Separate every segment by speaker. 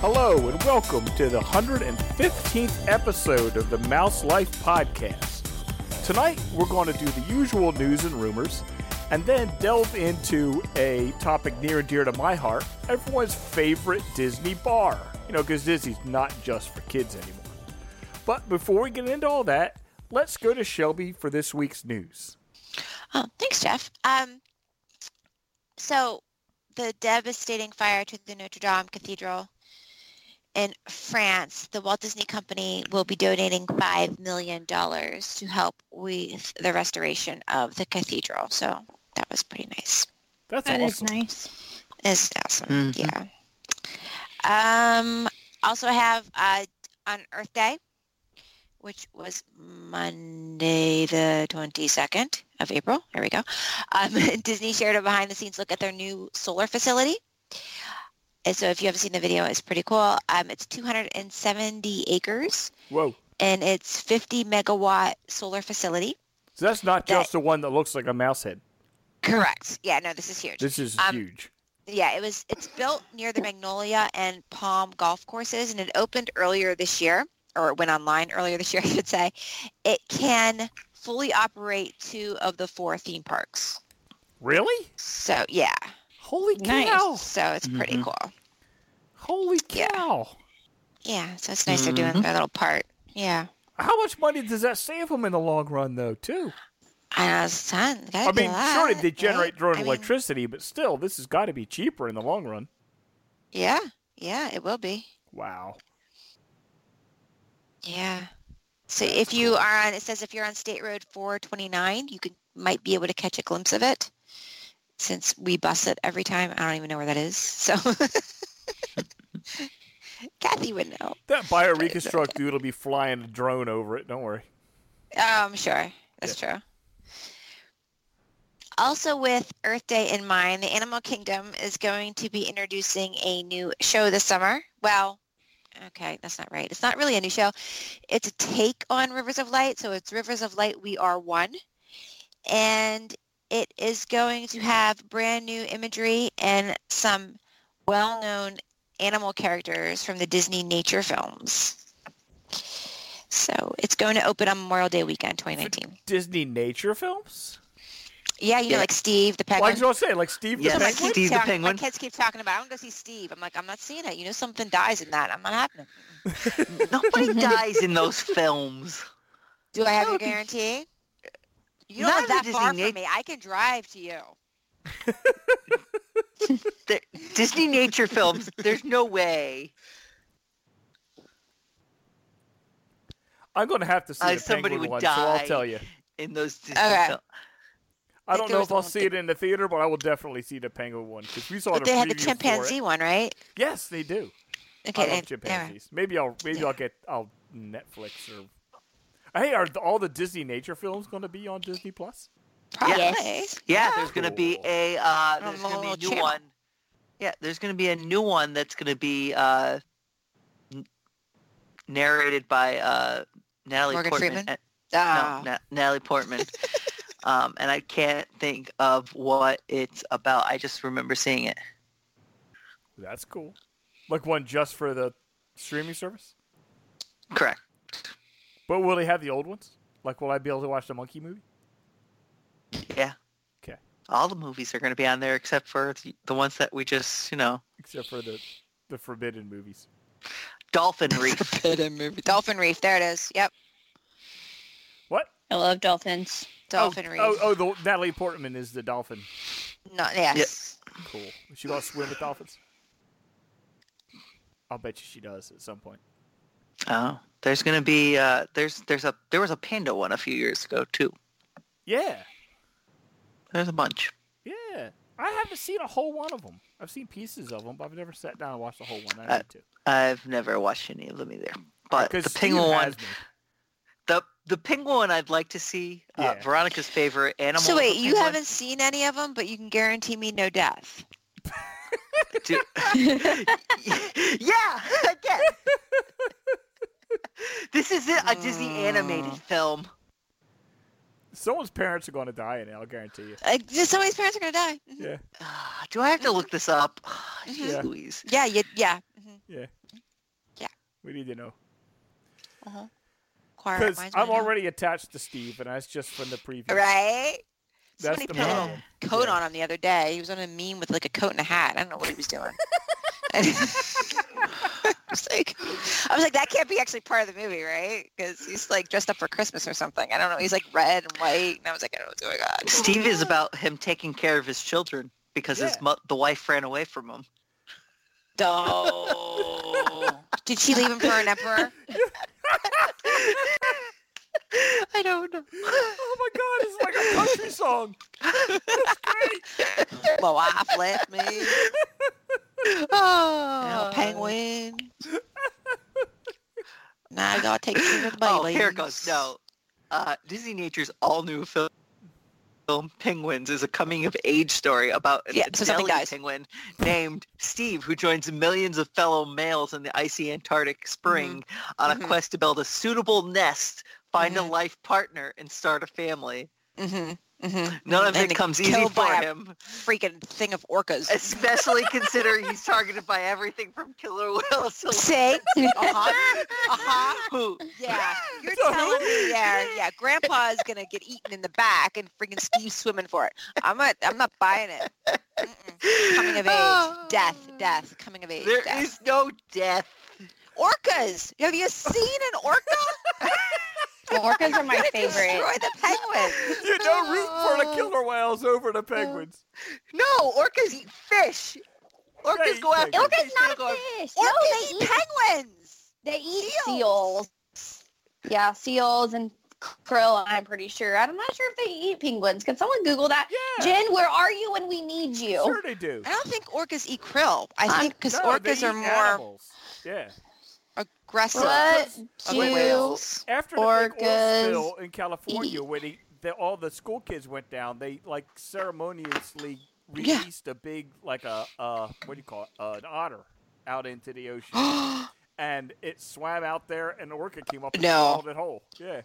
Speaker 1: Hello, and welcome to the 115th episode of the Mouse Life Podcast. Tonight, we're going to do the usual news and rumors, and then delve into a topic near and dear to my heart everyone's favorite Disney bar. You know, because Disney's not just for kids anymore. But before we get into all that, let's go to Shelby for this week's news.
Speaker 2: Oh, thanks, Jeff. Um, so, the devastating fire to the Notre Dame Cathedral in France, the Walt Disney Company will be donating $5 million to help with the restoration of the cathedral. So, that was pretty nice.
Speaker 1: That's
Speaker 3: That is
Speaker 1: awesome.
Speaker 3: nice.
Speaker 2: It's awesome.
Speaker 4: Mhm.
Speaker 2: Yeah. Um, also, I have uh, on Earth Day, which was Monday the 22nd of April. There we go. Um, Disney shared a behind-the-scenes look at their new solar facility. And so if you haven't seen the video, it's pretty cool. Um, it's 270 acres,
Speaker 1: Whoa.
Speaker 2: and it's 50 megawatt solar facility.
Speaker 1: So that's not
Speaker 2: That-
Speaker 1: just the one that looks like a mouse head.
Speaker 2: Correct. Yeah, no, this is huge.
Speaker 1: This is
Speaker 2: Um,
Speaker 1: huge.
Speaker 2: Yeah, it was. It's built near the Magnolia and Palm golf courses, and it opened earlier this year, or it went online earlier this year, I should say. It can fully operate two of the four theme parks.
Speaker 1: Really?
Speaker 2: So yeah,
Speaker 1: Holy
Speaker 3: Nice.
Speaker 1: cow.
Speaker 2: so it's pretty
Speaker 4: Mhm.
Speaker 2: cool.
Speaker 1: Holy
Speaker 2: Yeah.
Speaker 1: cow.
Speaker 2: Yeah, so it's nice they're doing
Speaker 4: Mhm.
Speaker 2: their little part. Yeah,
Speaker 1: How much money does that save them in the long run, though, too?
Speaker 2: I know it's fun.
Speaker 1: I mean, sure, they generate their own
Speaker 2: I mean-
Speaker 1: electricity, but still, this has got to be cheaper in the long run.
Speaker 2: Yeah, yeah, it will be.
Speaker 1: Wow.
Speaker 2: Yeah. So if you are on, it says if you're on State Road 429, you could might be able to catch a glimpse of it, since we bus it every time. I don't even know where that is. So Kathy would know.
Speaker 1: That bioreconstruct dude will be flying a drone over it. Don't worry.
Speaker 2: Oh, I'm sure. That's true. Also with Earth Day in mind, the Animal Kingdom is going to be introducing a new show this summer. Well, okay, that's not right. It's not really a new show. It's a take on Rivers of Light. So it's Rivers of Light, We Are One. And it is going to have brand new imagery and some well-known animal characters from the Disney nature films. So it's going to open on Memorial Day weekend 2019.
Speaker 1: Disney nature films?
Speaker 2: Yeah, you know,
Speaker 4: Yeah.
Speaker 2: like Steve the
Speaker 1: Like I
Speaker 2: Penguin.
Speaker 1: was gonna say, like Steve
Speaker 4: Yes.
Speaker 1: the
Speaker 2: So my,
Speaker 1: Penguin?
Speaker 2: kids
Speaker 4: Steve the
Speaker 2: talk-
Speaker 4: Penguin.
Speaker 2: my kids keep talking about, I want to go see Steve. I'm like, I'm not seeing it. You know, something dies in that. I'm not happening.
Speaker 4: Nobody dies in those films.
Speaker 2: Do I have
Speaker 4: No,
Speaker 2: your
Speaker 4: because-
Speaker 2: guarantee? You
Speaker 4: Not
Speaker 2: don't live
Speaker 4: in
Speaker 2: that
Speaker 4: the
Speaker 2: far
Speaker 4: Disney
Speaker 2: from
Speaker 4: nat-
Speaker 2: me. I can drive to you.
Speaker 4: The Disney nature films. There's no way.
Speaker 1: I'm gonna have to see
Speaker 4: Uh,
Speaker 1: the
Speaker 4: somebody
Speaker 1: penguin
Speaker 4: would
Speaker 1: one, so I'll
Speaker 4: die.
Speaker 1: tell you.
Speaker 4: in those Disney
Speaker 2: Okay.
Speaker 4: fil-
Speaker 1: I
Speaker 2: Like,
Speaker 1: don't
Speaker 2: there
Speaker 1: know
Speaker 2: was
Speaker 1: if I'll
Speaker 2: one-
Speaker 1: see it in the theater, but I will definitely see the penguin one because we saw
Speaker 2: But
Speaker 1: the
Speaker 2: they had the
Speaker 1: preview for it.
Speaker 2: chimpanzee one, right?
Speaker 1: Yes, they do.
Speaker 2: Okay.
Speaker 1: I love
Speaker 2: they- yeah.
Speaker 1: chimpanzees. Maybe I'll maybe I'll get I'll Netflix or. Hey, are th- all the Disney nature films going to be on Disney Plus?
Speaker 2: Probably.
Speaker 4: Yes. Yeah, there's gonna be a uh, there's gonna be a
Speaker 2: little
Speaker 4: new
Speaker 2: channel.
Speaker 4: one. Yeah, there's gonna be a new one that's gonna be uh, n- narrated by uh, Natalie
Speaker 2: Morgan
Speaker 4: Portman.
Speaker 2: Freeman?
Speaker 4: and-
Speaker 2: Ah.
Speaker 4: No, Na- Natalie Portman. um, and I can't think of what it's about. I just remember seeing it.
Speaker 1: That's cool. Like one just for the streaming service.
Speaker 4: Correct.
Speaker 1: But will they have the old ones? Like, will I be able to watch the monkey movie?
Speaker 4: Yeah.
Speaker 1: Okay.
Speaker 4: All the movies are going to be on there except for the, the ones that we just, you know,
Speaker 1: Except for the the forbidden movies.
Speaker 4: Dolphin Reef.
Speaker 2: Dolphin Reef. There it is. Yep.
Speaker 1: What?
Speaker 3: I love dolphins.
Speaker 2: Dolphin Reef.
Speaker 1: Oh, oh, the Natalie Portman is the dolphin.
Speaker 2: No, yes.
Speaker 1: Cool. Is she gonna swim with dolphins? I'll bet you she does at some point.
Speaker 4: oh, there's going to be uh, there's there's a there was a panda one a few years ago too.
Speaker 1: Yeah,
Speaker 4: There's a bunch.
Speaker 1: yeah. I haven't seen a whole one of them. I've seen pieces of them, but I've never sat down and watched the whole one. I
Speaker 4: Uh,
Speaker 1: need to.
Speaker 4: I've never watched any of them either. But
Speaker 1: Because
Speaker 4: the
Speaker 1: Steve
Speaker 4: penguin one,
Speaker 1: has me.
Speaker 4: the the penguin one, I'd like to see. Uh,
Speaker 1: Yeah.
Speaker 4: Veronica's favorite animal.
Speaker 2: So
Speaker 4: is a
Speaker 2: wait, you
Speaker 4: penguin.
Speaker 2: haven't seen any of them, but you can guarantee me no death.
Speaker 4: Do- yeah, I guess. this is it, a Disney animated
Speaker 2: Mm.
Speaker 4: film.
Speaker 1: Someone's parents are going to die in it. I'll guarantee you.
Speaker 2: Like, just somebody's parents are gonna die. Mhm.
Speaker 1: Yeah,
Speaker 4: Ah, Do I have to look this up? Ah,
Speaker 2: Mhm.
Speaker 4: Jeez
Speaker 1: Yeah.
Speaker 4: Louise.
Speaker 2: Yeah, you, yeah. hmm
Speaker 1: yeah. We need to know
Speaker 2: Uh-huh. Choir
Speaker 1: because
Speaker 2: reminds me
Speaker 1: I'm
Speaker 2: of-
Speaker 1: already attached to Steve, and that's just from the preview.
Speaker 2: right.
Speaker 1: That's
Speaker 2: Somebody
Speaker 1: the
Speaker 2: put a
Speaker 1: problem.
Speaker 2: coat
Speaker 1: Yeah.
Speaker 2: on him the other day. He was on a meme with like a coat and a hat. I don't know what he was doing. I was like, I was like, that can't be actually part of the movie, right? Because he's like dressed up for Christmas or something. I don't know. He's like red and white, and I was like, I don't know what's going on.
Speaker 4: Steve is about him taking care of his children because his
Speaker 1: Yeah.
Speaker 4: mo- the wife ran away from him.
Speaker 2: No. Did she leave him for an emperor?
Speaker 4: I don't know.
Speaker 1: Oh my god, it's like a country song.
Speaker 2: My wife left me.
Speaker 4: Oh,
Speaker 2: Now penguin. Now I gotta take care of the
Speaker 4: Oh,
Speaker 2: babies.
Speaker 4: here it goes. No, uh, Disney Nature's all-new film. Film Penguins is a coming-of-age story about an
Speaker 2: Yeah, so something
Speaker 4: Adelie
Speaker 2: dies.
Speaker 4: penguin named Steve who joins millions of fellow males in the icy Antarctic spring on a
Speaker 2: Mhm.
Speaker 4: quest to build a suitable nest, find a
Speaker 2: Mhm.
Speaker 4: life partner, and start a family.
Speaker 2: Mm-hmm. Mm-hmm.
Speaker 4: None of
Speaker 2: And
Speaker 4: it
Speaker 2: they
Speaker 4: comes easy
Speaker 2: killed
Speaker 4: for
Speaker 2: by a-
Speaker 4: him.
Speaker 2: freaking thing of orcas.
Speaker 4: especially considering he's targeted by everything from Killer Will to
Speaker 2: Say, uh-huh, uh-huh.
Speaker 4: who
Speaker 2: Yeah, you're
Speaker 1: So-
Speaker 2: telling me, yeah, yeah. Grandpa is gonna get eaten in the back, and freaking Steve's swimming for it. I'm not, I'm not buying it. Mm-mm. Coming of age, death, death. Coming of age,
Speaker 4: There
Speaker 2: death.
Speaker 4: is no death.
Speaker 2: orcas. Have you seen an orca?
Speaker 3: Orcas are my favorite.
Speaker 2: Destroy the penguins.
Speaker 1: You don't root for the killer whales over the penguins.
Speaker 4: No, orcas eat fish. Orcas
Speaker 1: eat
Speaker 4: go after
Speaker 1: penguins.
Speaker 3: Orcas
Speaker 4: fish.
Speaker 3: not
Speaker 4: They go-
Speaker 3: a fish.
Speaker 2: Orcas
Speaker 3: no, they
Speaker 2: eat
Speaker 3: eat,
Speaker 2: penguins.
Speaker 3: they eat
Speaker 2: seals.
Speaker 3: seals. Yeah, seals and krill. I'm pretty sure. I'm not sure if they eat penguins. Can someone Google that?
Speaker 1: Yeah,
Speaker 3: Jen, where are you when we need you?
Speaker 1: sure they do.
Speaker 2: I don't think orcas eat krill. I
Speaker 3: I'm-
Speaker 2: think because
Speaker 1: No, they
Speaker 2: orcas are
Speaker 1: eat
Speaker 2: more
Speaker 1: animals. Yeah.
Speaker 2: aggressive.
Speaker 3: What
Speaker 2: of
Speaker 3: do
Speaker 2: whales.
Speaker 1: After the big oil
Speaker 3: Orcas
Speaker 1: spill in California, when he, the, all the school kids went down, they like ceremoniously
Speaker 2: Yeah.
Speaker 1: released a big, like a uh, what do you call it, uh, an otter out into the ocean,
Speaker 2: oh
Speaker 1: and it swam out there, and an orca came up and
Speaker 2: No. Oh
Speaker 1: swallowed it whole. Yeah. Right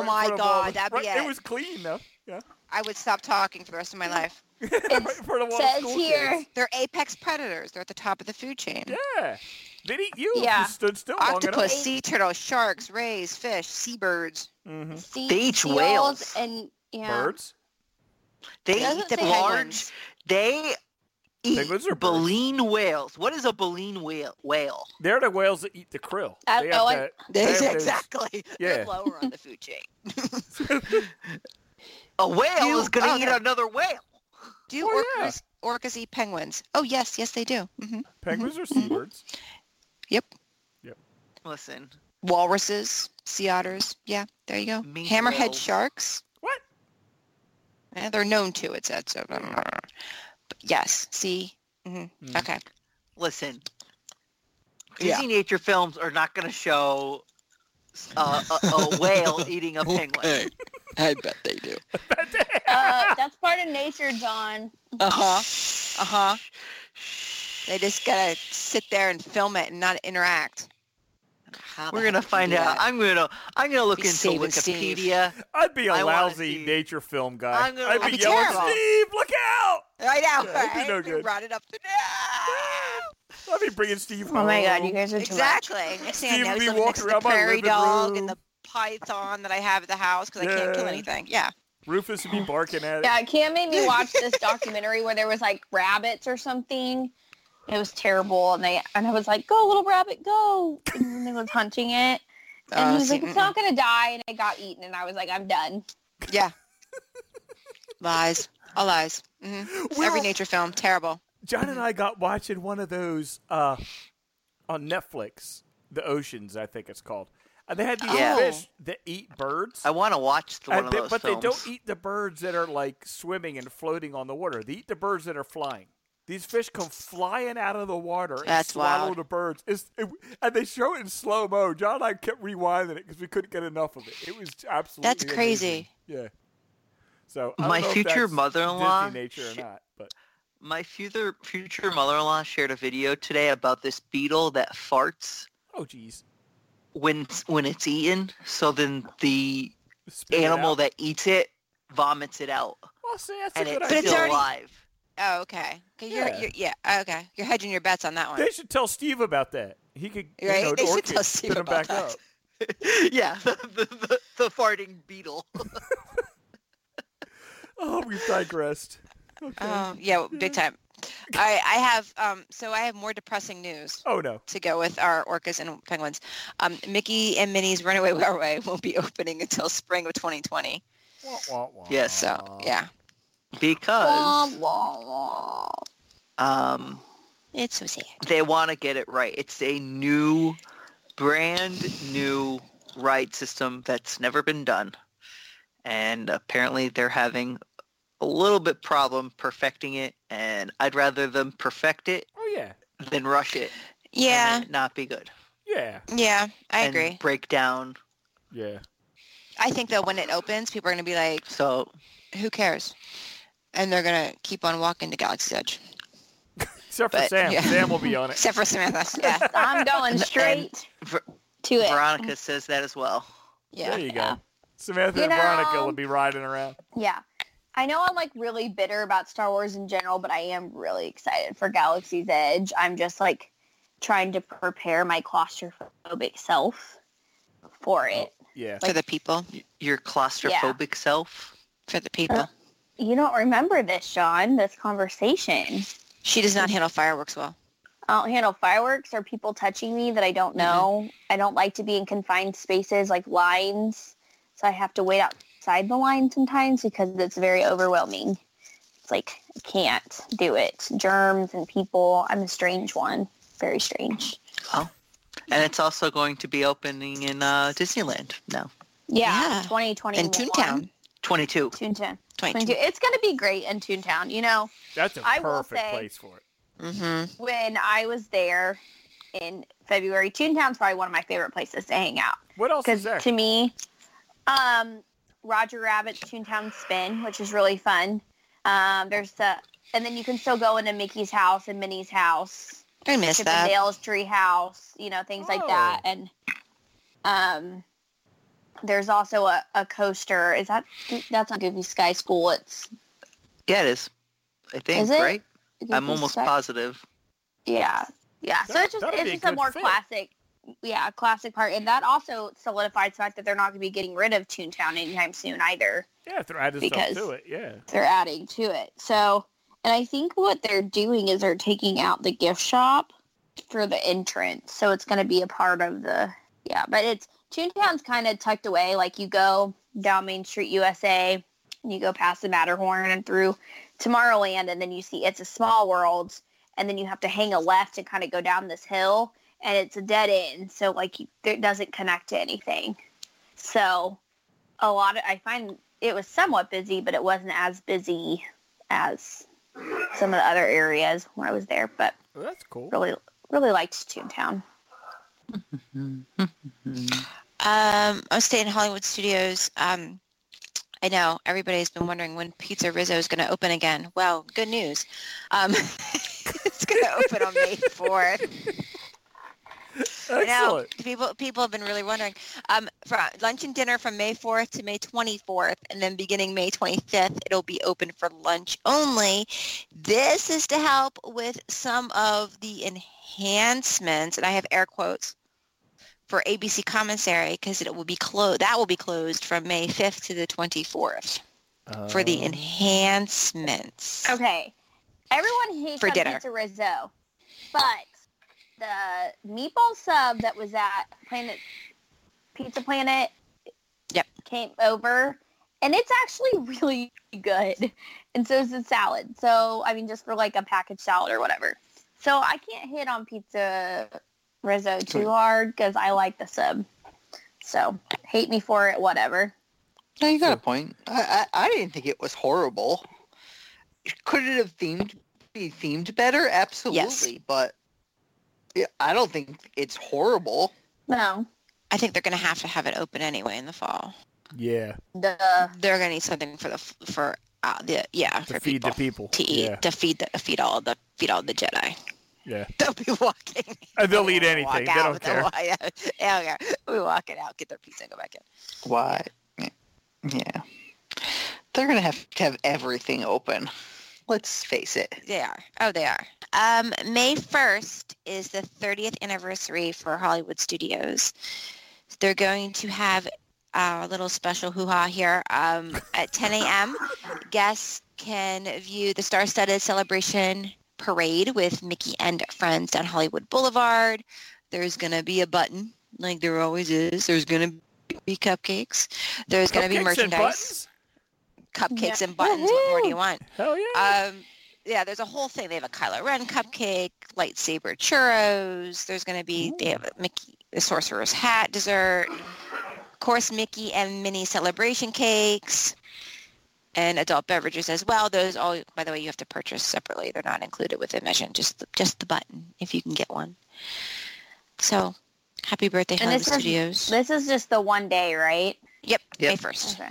Speaker 1: in
Speaker 2: my
Speaker 1: front of all the-
Speaker 2: god, that'd be
Speaker 1: right-
Speaker 2: it.
Speaker 1: It was clean though. Yeah.
Speaker 2: I would stop talking for the rest of my life.
Speaker 1: Right in front of all the
Speaker 3: says
Speaker 1: school
Speaker 3: here-
Speaker 1: kids.
Speaker 2: They're apex predators. They're at the top of the food chain.
Speaker 1: Yeah. Did eat you if
Speaker 3: Yeah.
Speaker 1: you stood still long enough.
Speaker 2: Octopus, sea turtles, sharks, rays, fish, seabirds.
Speaker 1: hmm
Speaker 3: Se-
Speaker 4: They eat
Speaker 3: seals
Speaker 4: whales.
Speaker 3: and yeah.
Speaker 1: Birds.
Speaker 4: They
Speaker 3: Doesn't
Speaker 4: eat the
Speaker 3: say
Speaker 4: large. They eat
Speaker 1: Penguins are birds.
Speaker 4: baleen whales. What is a baleen whale? Whale.
Speaker 1: They're the whales that eat the krill.
Speaker 3: I
Speaker 2: Uh,
Speaker 1: They
Speaker 3: know
Speaker 1: have
Speaker 3: it.
Speaker 1: to- they have those-
Speaker 2: exactly.
Speaker 1: yeah.
Speaker 2: They're lower on the food chain.
Speaker 4: A whale
Speaker 2: You-
Speaker 4: is going to
Speaker 2: oh,
Speaker 4: eat
Speaker 2: no.
Speaker 4: another whale.
Speaker 2: Do
Speaker 1: Oh, yeah.
Speaker 2: orcas, orcas eat penguins? Oh, yes. Yes, they do. hmm
Speaker 1: Penguins are seabirds.
Speaker 2: Yep.
Speaker 4: Listen,
Speaker 2: Walruses, sea otters. Yeah, there you go.
Speaker 4: Minke
Speaker 2: Hammerhead
Speaker 4: whales.
Speaker 2: sharks.
Speaker 1: What?
Speaker 2: Yeah, they're known to, it said. So, but yes, see? hmm
Speaker 1: Mhm.
Speaker 2: Okay.
Speaker 4: listen.
Speaker 2: Yeah.
Speaker 4: Disney nature films are not going to show uh, a, a whale eating a penguin.
Speaker 2: I bet they do.
Speaker 3: Uh, that's part of nature, John.
Speaker 2: Uh huh.
Speaker 1: Uh-huh.
Speaker 2: Uh huh. They just gotta sit there and film it and not interact. How the
Speaker 4: We're
Speaker 2: heck
Speaker 4: gonna
Speaker 2: do you
Speaker 4: find
Speaker 2: do
Speaker 4: out.
Speaker 2: that?
Speaker 4: I'm gonna I'm gonna look
Speaker 2: Be
Speaker 4: into
Speaker 2: saving Steve.
Speaker 4: Wikipedia.
Speaker 1: I'd be a
Speaker 4: I wanna
Speaker 1: lousy
Speaker 4: see-
Speaker 1: nature film guy.
Speaker 4: I'm gonna-
Speaker 1: I'd be,
Speaker 2: I'd be
Speaker 1: yelling,
Speaker 2: terrible.
Speaker 1: Steve, look out!
Speaker 2: I know.
Speaker 1: Yeah, it'd be
Speaker 2: right?
Speaker 1: no
Speaker 2: We
Speaker 1: good.
Speaker 2: brought it up to now.
Speaker 1: I'd be bringing Steve home.
Speaker 3: Oh my God, you guys are too much.
Speaker 2: Exactly. Next thing
Speaker 1: Steve
Speaker 2: I know,
Speaker 1: would
Speaker 2: he's
Speaker 1: be
Speaker 2: living
Speaker 1: walking
Speaker 2: next to the
Speaker 1: around my
Speaker 2: prairie
Speaker 1: living
Speaker 2: dog
Speaker 1: room.
Speaker 2: and the python that I have at the house because I can't kill
Speaker 1: Yeah.
Speaker 2: anything. Yeah.
Speaker 1: Rufus would be barking at it.
Speaker 3: Yeah, Cam made me watch this documentary where there was like rabbits or something. It was terrible, and they and I was like, "Go, little rabbit, go!" And then they was hunting it, and
Speaker 2: Uh,
Speaker 3: he was
Speaker 2: see,
Speaker 3: like, "It's
Speaker 2: mm-mm.
Speaker 3: not gonna die," and it got eaten, and I was like, "I'm done."
Speaker 2: Yeah. lies. All lies. hmm
Speaker 1: We
Speaker 2: Every
Speaker 1: were-
Speaker 2: nature film. Terrible.
Speaker 1: John and I got watching one of those uh, on Netflix, The Oceans, I think it's called. And they had these
Speaker 4: Yeah.
Speaker 1: fish that eat birds.
Speaker 4: I want to watch the,
Speaker 1: and
Speaker 4: one of
Speaker 1: Uh, they-
Speaker 4: those
Speaker 1: but
Speaker 4: films.
Speaker 1: they don't e eat the birds that are like swimming and floating on the water. They eat the birds that are flying. These fish come flying out of the water and
Speaker 2: That's
Speaker 1: swallow
Speaker 2: wild.
Speaker 1: the birds. It's, it, and they show it in slow mo. John and I kept rewinding it because we couldn't get enough of it. It was absolutely
Speaker 2: That's crazy.
Speaker 1: amazing. Yeah. So I don't
Speaker 4: My
Speaker 1: know if
Speaker 4: future
Speaker 1: that's
Speaker 4: mother-in-law,
Speaker 1: Disney nature or
Speaker 4: she-
Speaker 1: not, but
Speaker 4: My future future mother-in-law shared a video today about this beetle that farts
Speaker 1: oh geez,
Speaker 4: when when it's eaten. So then the
Speaker 1: Spit it
Speaker 4: animal
Speaker 1: out.
Speaker 4: that eats it vomits it out,
Speaker 1: Well, see, that's
Speaker 4: and
Speaker 1: a good
Speaker 2: But
Speaker 4: it's still
Speaker 1: idea.
Speaker 2: it's already-
Speaker 4: alive.
Speaker 2: Oh, okay. 'Cause You're,
Speaker 1: Yeah.
Speaker 2: you're, yeah. Okay. You're hedging your bets on that one.
Speaker 1: They should tell Steve about that. He could,
Speaker 2: Right?
Speaker 1: you know,
Speaker 2: They
Speaker 1: or
Speaker 2: should tell
Speaker 1: kick-
Speaker 2: Steve
Speaker 1: pin him
Speaker 2: about
Speaker 1: back
Speaker 2: that.
Speaker 1: up.
Speaker 4: yeah, the, the, the, the farting beetle.
Speaker 1: Oh, we've digressed. Okay.
Speaker 2: Um, yeah, big time. I, I have um, so I have more depressing news
Speaker 1: oh no.
Speaker 2: to go with our orcas and penguins. Um, Mickey and Minnie's Runaway Railway won't be opening until spring of 2020.
Speaker 1: Wah, wah, wah.
Speaker 4: Yeah,
Speaker 2: So yeah,
Speaker 3: Wah,
Speaker 4: Because
Speaker 3: wah, wah.
Speaker 4: um,
Speaker 2: it's so sad.
Speaker 4: they want to get it right. It's a new, brand new ride system that's never been done, and apparently they're having a little bit problem perfecting it. And I'd rather them perfect it
Speaker 1: Oh yeah.
Speaker 4: than rush it. and
Speaker 2: Yeah,
Speaker 4: it not be good.
Speaker 1: Yeah.
Speaker 2: yeah, I
Speaker 4: and
Speaker 2: agree.
Speaker 4: Break down.
Speaker 1: Yeah.
Speaker 2: I think that when it opens, people are gonna be like,
Speaker 4: So
Speaker 2: who cares? And they're gonna keep on walking to Galaxy's Edge,
Speaker 1: Except for
Speaker 2: But,
Speaker 1: Sam.
Speaker 2: yeah.
Speaker 1: Sam will be on it.
Speaker 2: except for Samantha. Yeah,
Speaker 3: I'm going straight
Speaker 4: Ver-
Speaker 3: to it.
Speaker 4: Veronica says that as well.
Speaker 2: yeah.
Speaker 1: there you go. Samantha
Speaker 3: You
Speaker 1: and Veronica
Speaker 3: know-
Speaker 1: will be riding around.
Speaker 3: Yeah. I know I'm like really bitter about Star Wars in general, but I am really excited for Galaxy's Edge. I'm just like trying to prepare my claustrophobic self for it.
Speaker 1: Yeah.
Speaker 2: For the people,
Speaker 4: Y- Your claustrophobic self.
Speaker 2: for the people.
Speaker 3: Uh, You don't remember this, Sean, this conversation.
Speaker 2: she does not handle fireworks well.
Speaker 3: I don't handle fireworks or people touching me that I don't know. I don't like to be in confined spaces like lines. So I have to wait outside the line sometimes because it's very overwhelming. It's like I can't do it. Germs and people. I'm a strange one. Very strange.
Speaker 4: And it's also going to be opening in uh, Disneyland now.
Speaker 3: Yeah.
Speaker 2: Yeah.
Speaker 3: 2021.
Speaker 2: In Toontown,
Speaker 4: 22.
Speaker 3: Toontown. 22.
Speaker 2: 22.
Speaker 3: It's going to be great in Toontown. You know,
Speaker 1: That's a
Speaker 3: I will
Speaker 1: perfect
Speaker 3: say-
Speaker 1: place for it.
Speaker 2: Mm-hmm.
Speaker 3: when I was there in February, Toontown's probably one of my favorite places to hang out.
Speaker 1: What else is
Speaker 3: because
Speaker 1: there?
Speaker 3: to me, um, Roger Rabbit's Toontown Spin, which is really fun. Um, there's the, and then you can still go into Mickey's house and Minnie's house,
Speaker 2: I miss that.
Speaker 3: Chippendale's tree house, you know, things
Speaker 1: Oh.
Speaker 3: like that. And um, there's also a, a coaster. Is that that's not Goofy Sky School? It's
Speaker 4: Yeah, it is. I think,
Speaker 3: Is it?
Speaker 4: right? I'm
Speaker 3: Goofy
Speaker 4: almost
Speaker 3: Sky-
Speaker 4: positive.
Speaker 3: Yeah, yeah. So
Speaker 1: That-
Speaker 3: it's just
Speaker 1: that'd be
Speaker 3: it's
Speaker 1: a
Speaker 3: just a
Speaker 1: good
Speaker 3: more
Speaker 1: fit.
Speaker 3: classic, yeah, classic part, and that also solidified the fact that they're not going to be getting rid of Toontown anytime soon either.
Speaker 1: yeah, they're adding
Speaker 3: because-
Speaker 1: stuff to it. Yeah.
Speaker 3: they're adding to it. So, and I think what they're doing is they're taking out the gift shop for the entrance. So it's going to be a part of the, yeah, but it's, Toontown's kind of tucked away. Like you go down Main Street USA and you go past the Matterhorn and through Tomorrowland and then you see It's a Small World and then you have to hang a left and kind of go down this hill and it's a dead end. So like you, it doesn't connect to anything. So a lot of I find it was somewhat busy, but it wasn't as busy as some of the other areas when I was there. But
Speaker 1: Well, that's cool.
Speaker 3: really, really liked Toontown.
Speaker 2: Um, I'm staying in Hollywood Studios. Um, I know everybody's been wondering when Pizza Rizzo is going to open again. Well, good news. Um, it's going to open on May 4th. I know
Speaker 1: Excellent.
Speaker 2: people people have been really wondering. Um, for lunch and dinner from May 4th to May 24th, and then beginning May 25th, it'll be open for lunch only. This is to help with some of the enhancements, and I have air quotes for ABC Commissary because it will be closed. That will be closed from May 5th to the 24th for the
Speaker 1: Um,
Speaker 2: enhancements.
Speaker 3: Okay, everyone hates
Speaker 2: For
Speaker 3: on
Speaker 2: dinner.
Speaker 3: Pizza Rizzo, but the meatball sub that was at Planet Pizza Planet,
Speaker 2: Yep.
Speaker 3: came over. And it's actually really good. And so is the salad. So, I mean, just for like a packaged salad or whatever. So I can't hit on pizza Rizzo too hard because I like the sub. So hate me for it, whatever.
Speaker 4: No, you got a point. I, I, I didn't think it was horrible. Could it have themed be themed better? Absolutely. But yeah, I don't think it's horrible.
Speaker 3: No.
Speaker 2: I think they're going to have to have it open anyway in the fall.
Speaker 1: yeah
Speaker 3: The
Speaker 2: They're going to need something for the f- for uh, the yeah
Speaker 1: to
Speaker 2: for
Speaker 1: feed
Speaker 2: people
Speaker 1: the people.
Speaker 2: to eat
Speaker 1: Yeah.
Speaker 2: to feed the feed all the feed all the Jedi.
Speaker 1: Yeah.
Speaker 2: They'll be walking.
Speaker 1: And they'll eat
Speaker 2: Walk
Speaker 1: anything. They
Speaker 2: out
Speaker 1: don't
Speaker 2: with
Speaker 1: care.
Speaker 2: The, yeah, they don't care. We walk it out, get their pizza, and go back in.
Speaker 4: Why? Yeah. They're going to have to have everything open. Let's face it.
Speaker 2: They are. Oh, they are. Um, May 1st is the 30th anniversary for Hollywood Studios. They're going to have a little special hoo-ha here um, at 10 a.m. guests can view the star-studded celebration parade with Mickey and friends down Hollywood Boulevard. There's going to be a button like there always is. There's going to be cupcakes. There's going to
Speaker 1: Cupcakes
Speaker 2: be
Speaker 1: and
Speaker 2: merchandise.
Speaker 1: buttons?
Speaker 2: Cupcakes and buttons. What more do you want?
Speaker 1: Hell yeah.
Speaker 2: Um, yeah, there's a whole thing. They have a Kylo Ren cupcake, lightsaber churros. There's going to be they have a Mickey the Sorcerer's hat dessert, of course Mickey and Minnie celebration cakes, and adult beverages as well. Those all, by the way, you have to purchase separately. They're not included with the mission. Just the, just the button if you can get one. So, happy birthday,
Speaker 3: And
Speaker 2: Hollywood
Speaker 3: this is-
Speaker 2: Studios.
Speaker 3: This is just the one day, right?
Speaker 2: yep,
Speaker 4: Yep.
Speaker 2: May first.
Speaker 3: Okay.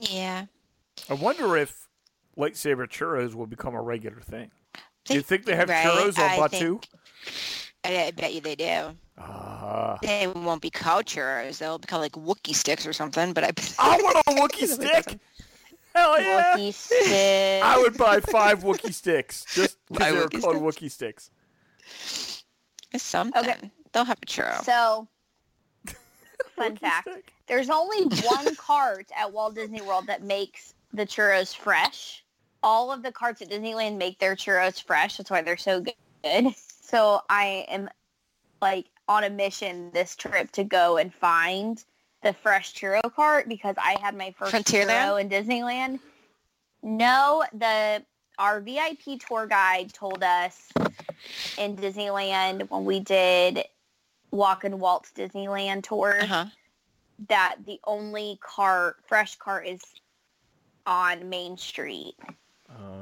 Speaker 2: Yeah,
Speaker 1: I wonder if lightsaber churros will become a regular thing. Do you
Speaker 2: They-
Speaker 1: think they have
Speaker 2: right,
Speaker 1: churros on
Speaker 2: I
Speaker 1: Batu?
Speaker 2: think- I, I bet you they do.
Speaker 1: Ah.
Speaker 2: They won't be called churros. They'll be called like Wookie sticks or something. But I,
Speaker 1: I want a Wookiee
Speaker 2: That's awesome.
Speaker 1: stick. Hell yeah.
Speaker 3: Lucky stick.
Speaker 1: I would buy five Wookiee sticks just because
Speaker 4: Five
Speaker 1: they were
Speaker 4: Wookiee
Speaker 1: called Wookiee sticks.
Speaker 2: it's something.
Speaker 3: Okay.
Speaker 2: They'll have a churro.
Speaker 3: So, fun
Speaker 1: Wookiee
Speaker 3: fact.
Speaker 1: stick.
Speaker 3: There's only one cart at Walt Disney World that makes the churros fresh. All of the carts at Disneyland make their churros fresh. That's why they're so good. So I am like on a mission this trip to go and find the fresh churro cart because I had my first churro
Speaker 2: Frontierland?
Speaker 3: in Disneyland. No, the our VIP tour guide told us in Disneyland when we did Walk and Waltz Disneyland tour
Speaker 2: Uh huh.
Speaker 3: that the only cart, fresh cart, is on Main Street.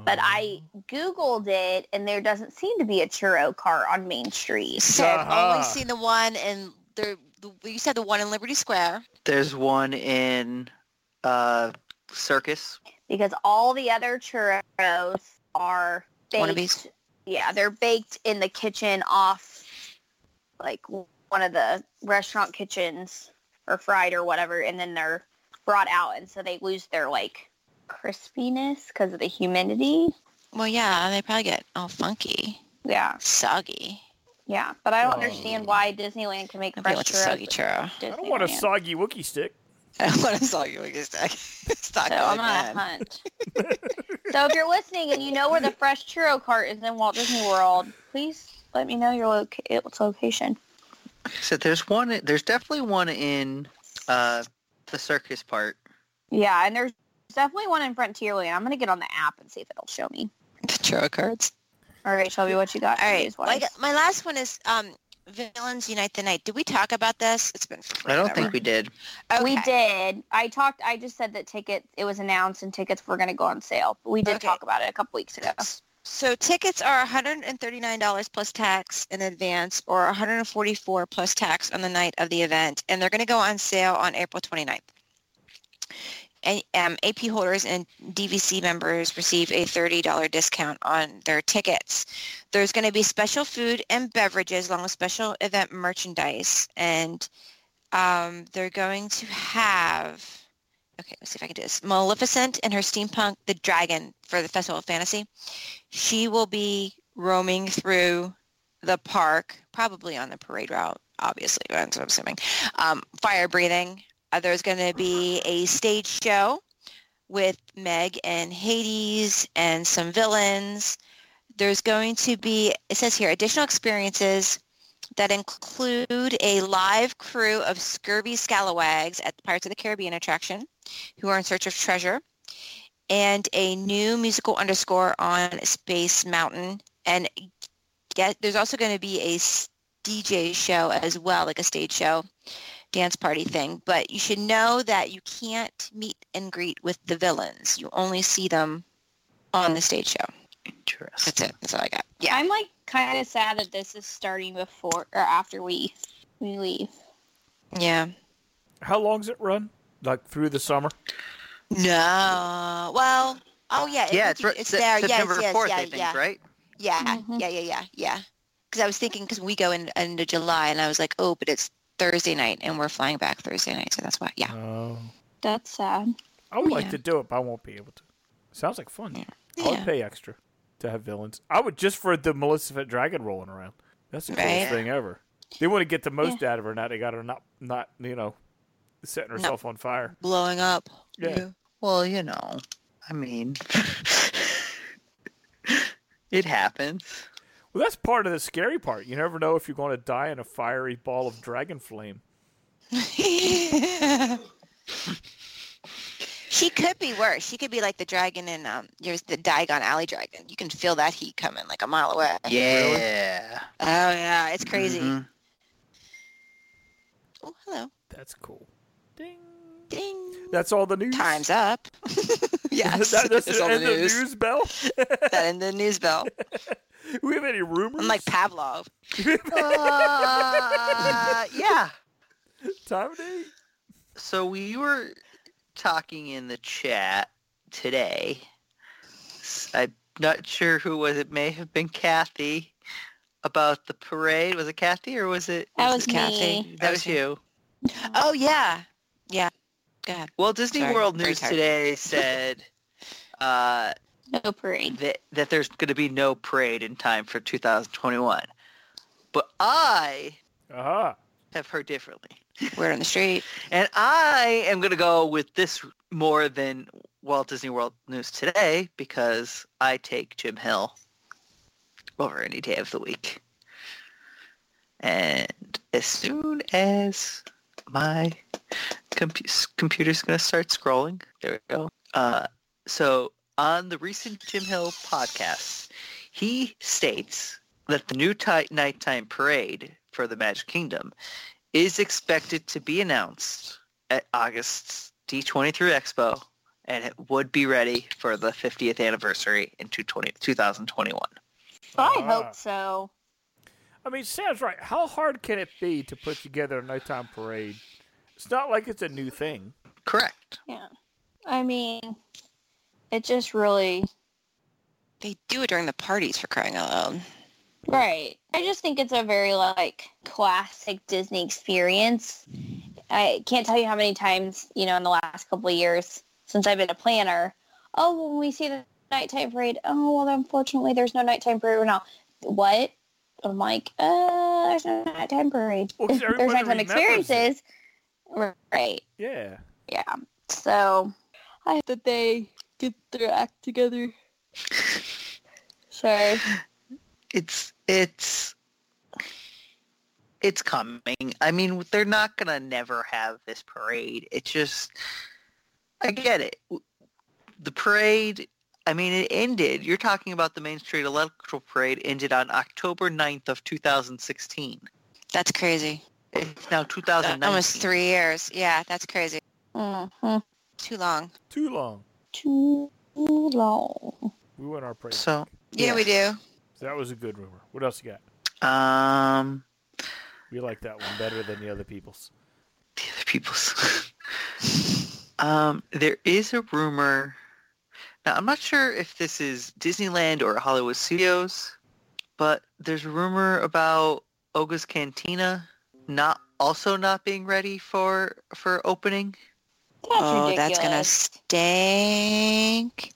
Speaker 3: But I Googled it, and there doesn't seem to be a churro cart on Main Street.
Speaker 2: So I've
Speaker 1: Uh-huh.
Speaker 2: only seen the one in the, the. You said the one in Liberty Square.
Speaker 4: There's one in uh, Circus.
Speaker 3: Because all the other churros are baked.
Speaker 2: Wannabes.
Speaker 3: Yeah, they're baked in the kitchen off, like, one of the restaurant kitchens or fried or whatever, and then they're brought out, and so they lose their, like, crispiness because of the humidity.
Speaker 2: Well, yeah, they probably get all funky,
Speaker 3: Yeah.
Speaker 2: soggy.
Speaker 3: Yeah, but I don't
Speaker 1: Oh.
Speaker 2: Um,
Speaker 3: understand why Disneyland can make
Speaker 2: Nobody
Speaker 3: fresh
Speaker 2: wants a
Speaker 3: churros.
Speaker 2: soggy churro.
Speaker 3: at
Speaker 1: I don't want a
Speaker 3: Disneyland.
Speaker 1: soggy Wookiee stick.
Speaker 2: I don't want a soggy wing stick. It's not
Speaker 3: So I'm
Speaker 2: good,
Speaker 3: on
Speaker 2: man.
Speaker 3: a hunt. so if you're listening and you know where the fresh churro cart is in Walt Disney World, please let me know your loca- its location.
Speaker 4: So there's one. There's definitely one in uh, the Circus part.
Speaker 3: Yeah, and there's definitely one in Frontierland. I'm gonna get on the app and see if it'll show me.
Speaker 2: Churro cards.
Speaker 3: All right, Shelby, what you got?
Speaker 2: All right.
Speaker 3: news-wise?
Speaker 2: Like, my last one is um, villains unite the night. Did we talk about this? It's been.
Speaker 4: I don't
Speaker 2: forever.
Speaker 4: think we did.
Speaker 3: We
Speaker 2: uh, Okay.
Speaker 3: did. I talked. I just said that tickets. It was announced and tickets were gonna go on sale. But we did
Speaker 2: Okay.
Speaker 3: talk about it a couple weeks ago.
Speaker 2: So tickets are $139 plus tax in advance or $144 plus tax on the night of the event, and they're going to go on sale on April 29th. And, um, AP holders and DVC members receive a $30 discount on their tickets. There's going to be special food and beverages along with special event merchandise, and um, they're going to have, okay, let's see if I can do this, Maleficent and her steampunk, the dragon for the Festival of Fantasy she will be roaming through the park, probably on the parade route, obviously, that's what I'm assuming. Um, fire breathing. Uh, there's going to be a stage show with Meg and Hades and some villains. There's going to be, it says here, additional experiences that include a live crew of scurvy scalawags at the Pirates of the Caribbean attraction who are in search of treasure and a new musical underscore on Space Mountain. And get, there's also going to be a s- DJ show as well, like a stage show, dance party thing. But you should know that you can't meet and greet with the villains. You only see them on the stage show. That's
Speaker 4: Interesting.
Speaker 2: it. That's all I got. Yeah.
Speaker 3: I'm like kind of sad that this is starting before or after we we leave.
Speaker 2: Yeah.
Speaker 1: How long's it run? Like through the summer?
Speaker 2: No. Well, oh, yeah.
Speaker 4: Yeah,
Speaker 2: it's,
Speaker 4: it's, right-
Speaker 2: it's
Speaker 4: Se-
Speaker 2: there.
Speaker 4: September
Speaker 2: yes, yes,
Speaker 4: 4th,
Speaker 2: yeah,
Speaker 4: I think,
Speaker 2: yeah.
Speaker 4: right?
Speaker 2: Yeah,
Speaker 3: Mhm.
Speaker 2: yeah, yeah, yeah, yeah. Because I was thinking, because we go in into July, and I was like, oh, but it's Thursday night, and we're flying back Thursday night, so that's why. Yeah,
Speaker 1: Oh.
Speaker 3: That's sad.
Speaker 1: I would
Speaker 2: Yeah.
Speaker 1: like to do it, but I won't be able to. Sounds like fun. I would
Speaker 2: Yeah.
Speaker 1: pay extra to have villains. I would just for the Maleficent dragon rolling around. That's the coolest
Speaker 2: Right.
Speaker 1: thing ever. They want to get the most out of her. Now they got her not not you know setting herself on fire.
Speaker 2: Blowing up.
Speaker 1: Yeah.
Speaker 4: Well, you know, I mean, it happens.
Speaker 1: Well, that's part of the scary part. You never know if you're going to die in a fiery ball of dragon flame.
Speaker 2: she could be worse. She could be like the dragon in um, yours, the Diagon Alley dragon. You can feel that heat coming like a mile away.
Speaker 4: Yeah.
Speaker 2: Oh yeah, it's crazy.
Speaker 4: Mhm.
Speaker 2: Oh hello,
Speaker 1: That's cool. Ding.
Speaker 2: ding.
Speaker 1: That's all the news.
Speaker 2: Times up. yes,
Speaker 1: That- that's
Speaker 2: it's
Speaker 1: the
Speaker 2: on the
Speaker 1: end of
Speaker 2: news.
Speaker 1: news bell.
Speaker 2: that in the news bell.
Speaker 1: Do we have any rumors?
Speaker 2: I'm like Pavlov.
Speaker 4: Uh, yeah.
Speaker 1: time of day?
Speaker 4: So we were talking in the chat today. S- I'm not sure who was. It may have been Kathy about the parade. Was it Kathy or was it?
Speaker 3: That
Speaker 2: This
Speaker 3: was
Speaker 2: is Kathy.
Speaker 3: me.
Speaker 4: That was you.
Speaker 2: Oh yeah, yeah. Go ahead.
Speaker 4: Well, Disney
Speaker 2: Sorry,
Speaker 4: World
Speaker 2: very
Speaker 4: News
Speaker 2: tired.
Speaker 4: today said uh,
Speaker 3: No parade.
Speaker 4: that, that there's going to be no parade in time for 2021. But I
Speaker 1: Aha.
Speaker 4: have heard differently.
Speaker 2: Word on the street.
Speaker 4: And I am going to go with this more than Walt Disney World News today because I take Jim Hill over any day of the week. And as soon as my compu- computer's going to start scrolling, there we go. Uh, so on the recent Jim Hill podcast, he states that the new ti- nighttime parade for the Magic Kingdom is expected to be announced at August's D23 Expo, and it would be ready for the 50th anniversary in 2020 2021.
Speaker 3: I
Speaker 1: Ah.
Speaker 3: hope so.
Speaker 1: I mean, Sam's right. How hard can it be to put together a nighttime parade? It's not like it's a new thing.
Speaker 4: Correct.
Speaker 3: Yeah. I mean, it just really
Speaker 2: They do it during the parties for crying out loud.
Speaker 3: Right. I just think it's a very like classic Disney experience. I can't tell you how many times, you know, in the last couple of years since I've been a planner, oh, when we see the nighttime parade, oh, well, unfortunately, there's no nighttime parade right now. What? I'm like, uh, there's no nighttime parade.
Speaker 1: Well, 'cause
Speaker 3: there's
Speaker 1: everybody
Speaker 3: nighttime
Speaker 1: remembers it.
Speaker 3: experiences. Right.
Speaker 1: Yeah.
Speaker 3: Yeah. So I hope that they get their act together. Sorry.
Speaker 4: It's it's it's coming. I mean, they're not gonna never have this parade. It's just, I get it. The parade. I mean, it ended. You're talking about the Main Street Electrical Parade ended on October 9th of 2016.
Speaker 2: That's crazy.
Speaker 4: It's now
Speaker 2: Uh,
Speaker 4: 2019.
Speaker 2: almost three years. Yeah, that's crazy.
Speaker 3: hmm
Speaker 2: Too long.
Speaker 1: Too long.
Speaker 3: too long.
Speaker 1: We went our parade.
Speaker 4: So
Speaker 2: Yeah, we do.
Speaker 1: That was a good rumor. What else you got?
Speaker 4: um,
Speaker 1: We like that one better than the other people's.
Speaker 4: the other people's. um, there is a rumor. Now I'm not sure if this is Disneyland or Hollywood Studios, but there's a rumor about Oga's Cantina not also not being ready for for opening.
Speaker 3: That's
Speaker 2: oh,
Speaker 3: ridiculous.
Speaker 2: that's gonna stink.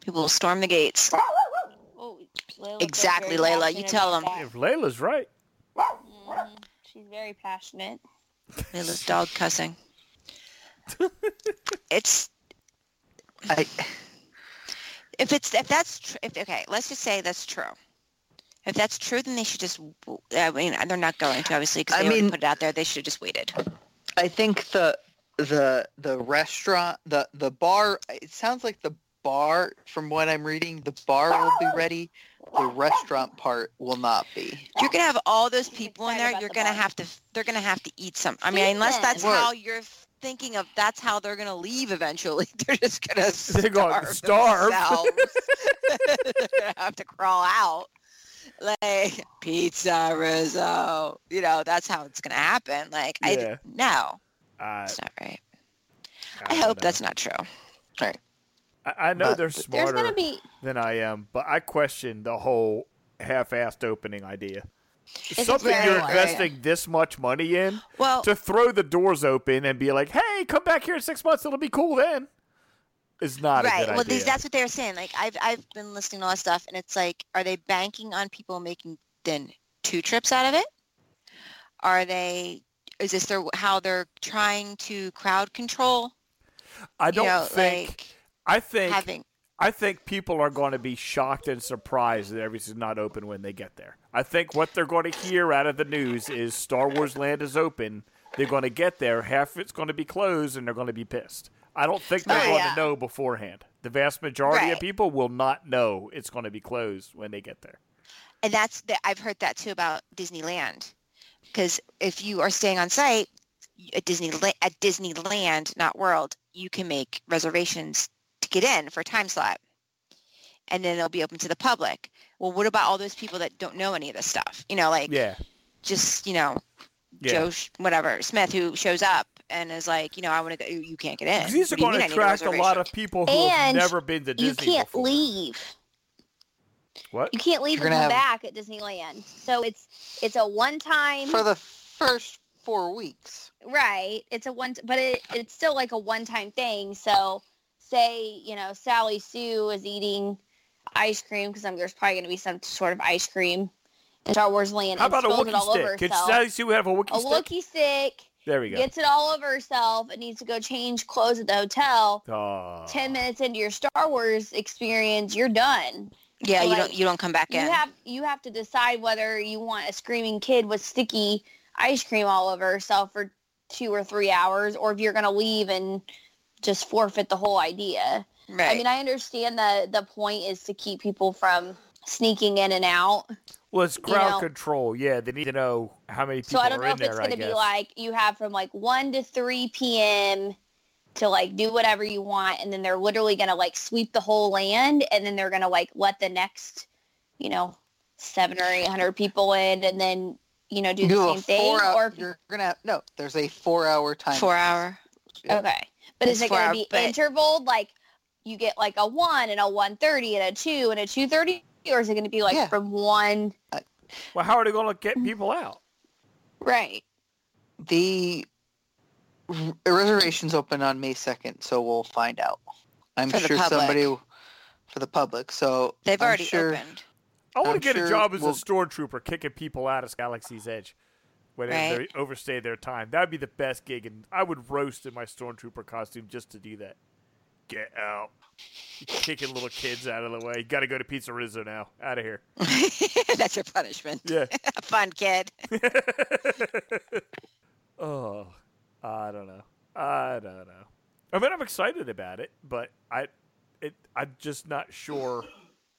Speaker 2: People will storm the gates.
Speaker 3: Oh, Layla's
Speaker 2: Exactly,
Speaker 3: very
Speaker 2: Layla. You
Speaker 3: passionate
Speaker 2: tell
Speaker 3: about
Speaker 2: 'em.
Speaker 1: If Layla's right,
Speaker 3: that. Mhm. She's very passionate.
Speaker 2: Layla's dog cussing. it's
Speaker 4: I
Speaker 2: if it's if that's tr- if okay. Let's just say that's true. If that's true, then they should just. w- I mean, they're not going to obviously because
Speaker 4: I
Speaker 2: they already
Speaker 4: mean-
Speaker 2: put it out there. They should have just waited.
Speaker 4: I think the the the restaurant the the bar it sounds like the bar from what I'm reading the bar will be ready the restaurant part will not be
Speaker 2: You're gonna have all those
Speaker 3: She's
Speaker 2: people in
Speaker 3: excited
Speaker 2: there.
Speaker 3: about
Speaker 2: You're
Speaker 3: the
Speaker 2: gonna
Speaker 3: bar.
Speaker 2: have to. They're gonna have to eat some. I mean, unless
Speaker 3: Listen.
Speaker 2: that's
Speaker 4: Right.
Speaker 2: how you're thinking of. That's how they're gonna leave eventually. They're just gonna.
Speaker 1: They're gonna starve.
Speaker 2: themselves. they're gonna have to crawl out. Like pizza risotto. You know, that's how it's gonna happen. Like
Speaker 1: Yeah.
Speaker 2: I no,
Speaker 1: I,
Speaker 2: it's not right.
Speaker 1: I
Speaker 2: I hope
Speaker 1: don't
Speaker 2: that's not true.
Speaker 1: know. I, I know
Speaker 4: But
Speaker 1: they're
Speaker 3: There's
Speaker 1: smarter
Speaker 3: gonna be.
Speaker 1: than I am, but I question the whole half-assed opening idea.
Speaker 3: it's
Speaker 1: Something
Speaker 3: very
Speaker 1: you're
Speaker 3: wide.
Speaker 1: investing this much money in
Speaker 2: Well,
Speaker 1: to throw the doors open and be like, "Hey, come back here in six months. It'll be cool then." is not a
Speaker 2: right.
Speaker 1: good
Speaker 2: well,
Speaker 1: idea.
Speaker 2: these, that's what they were saying. Like I've I've been listening to all that stuff, and it's like, are they banking on people making then two trips out of it? Are they? Is this their how they're trying to crowd control?
Speaker 1: I don't
Speaker 2: you know,
Speaker 1: think. I
Speaker 2: like
Speaker 1: think.
Speaker 2: having
Speaker 1: I think people are going to be shocked and surprised that everything's not open when they get there. I think what they're going to hear out of the news is Star Wars Land is open. They're going to get there, half of it's going to be closed, and they're going to be pissed. I don't think they're
Speaker 2: Oh,
Speaker 1: going
Speaker 3: yeah.
Speaker 1: to know beforehand. The vast majority of
Speaker 2: Right.
Speaker 1: people will not know it's going to be closed when they get there.
Speaker 2: and that's the, I've heard that too about Disneyland, because if you are staying on site you- at Disney at Disneyland, not World, you can make reservations to get in for a time slot, and then it'll be open to the public. Well, what about all those people that don't know any of this stuff? You know, like
Speaker 1: Yeah,
Speaker 2: just you know
Speaker 1: yeah.
Speaker 2: Joe Sh- whatever Smith who shows up and is like, you know, I want to go. You can't get in.
Speaker 1: These are
Speaker 2: What do you
Speaker 1: going
Speaker 2: mean I
Speaker 1: to
Speaker 2: need
Speaker 1: attract a lot
Speaker 2: reservation?
Speaker 1: of people who have
Speaker 3: And
Speaker 1: never been to Disney.
Speaker 3: you can't
Speaker 1: before.
Speaker 3: leave.
Speaker 1: What?
Speaker 3: You can't leave
Speaker 4: You're
Speaker 3: and
Speaker 4: gonna
Speaker 3: come
Speaker 4: have-
Speaker 3: back at Disneyland. So it's it's a one time
Speaker 4: for the first four weeks.
Speaker 3: right. It's a one but it, it's still like a one time thing. So say, you know, Sally Sue is eating ice cream because there's probably going to be some sort of ice cream in Star Wars Land.
Speaker 1: How
Speaker 3: and
Speaker 1: about a
Speaker 3: spills it all
Speaker 1: Wookiee
Speaker 3: over
Speaker 1: stick? Can
Speaker 3: herself.
Speaker 1: Sally Sue have a Wookiee
Speaker 3: a
Speaker 1: stick?
Speaker 3: Wookiee stick
Speaker 1: There we go.
Speaker 3: gets it all over herself and needs to go change clothes at the hotel.
Speaker 1: Aw.
Speaker 3: 10 minutes into your Star Wars experience, you're done.
Speaker 2: Yeah, you
Speaker 3: Like,
Speaker 2: don't. You don't come back in.
Speaker 3: You have you have to decide whether you want a screaming kid with sticky ice cream all over herself for two or three hours, or if you're gonna leave and just forfeit the whole idea.
Speaker 2: right.
Speaker 3: I mean, I understand the the point is to keep people from sneaking in and out.
Speaker 1: Well, it's
Speaker 3: you
Speaker 1: crowd
Speaker 3: know-
Speaker 1: control. Yeah, they need to know how many people
Speaker 3: So I don't
Speaker 1: are
Speaker 3: know
Speaker 1: in
Speaker 3: if
Speaker 1: there.
Speaker 3: it's
Speaker 1: I
Speaker 3: gonna
Speaker 1: guess.
Speaker 3: be like you have from like one to three p.m. to like do whatever you want, and then they're literally gonna like sweep the whole land, and then they're gonna like let the next, you know, seven or eight hundred people in, and then you know do the
Speaker 4: a
Speaker 3: same thing.
Speaker 4: four-hour-
Speaker 3: or if-
Speaker 4: you're gonna have, no. There's a four-hour time.
Speaker 2: Four hour.
Speaker 4: yeah.
Speaker 3: okay, but is
Speaker 2: It's
Speaker 3: it
Speaker 2: four
Speaker 3: gonna
Speaker 2: hour,
Speaker 3: be
Speaker 2: but-
Speaker 3: intervaled? Like you get like a one and a one thirty and a two and a two thirty, or is it gonna be like
Speaker 4: Yeah.
Speaker 3: from one?
Speaker 1: well, how are they going to get people out?
Speaker 3: Right.
Speaker 4: The r- reservations open on May second, so we'll find out. I'm
Speaker 2: For the
Speaker 4: sure
Speaker 2: public.
Speaker 4: somebody w- for the public. So
Speaker 2: They've
Speaker 4: I'm
Speaker 2: already
Speaker 4: sure-
Speaker 2: opened.
Speaker 1: I want to
Speaker 4: I'm
Speaker 1: get a
Speaker 4: sure
Speaker 1: job as
Speaker 4: we'll-
Speaker 1: a stormtrooper, kicking people out of Galaxy's Edge when they-
Speaker 2: Right.
Speaker 1: they overstay their time. That would be the best gig, and I would roast in my stormtrooper costume just to do that. Get out, kicking little kids out of the way. Got to go to Pizza Rizzo now. Out of here.
Speaker 2: That's your punishment.
Speaker 1: Yeah.
Speaker 2: Fun kid.
Speaker 1: oh, I don't know. I don't know. I mean, I'm excited about it, but I, it, I'm just not sure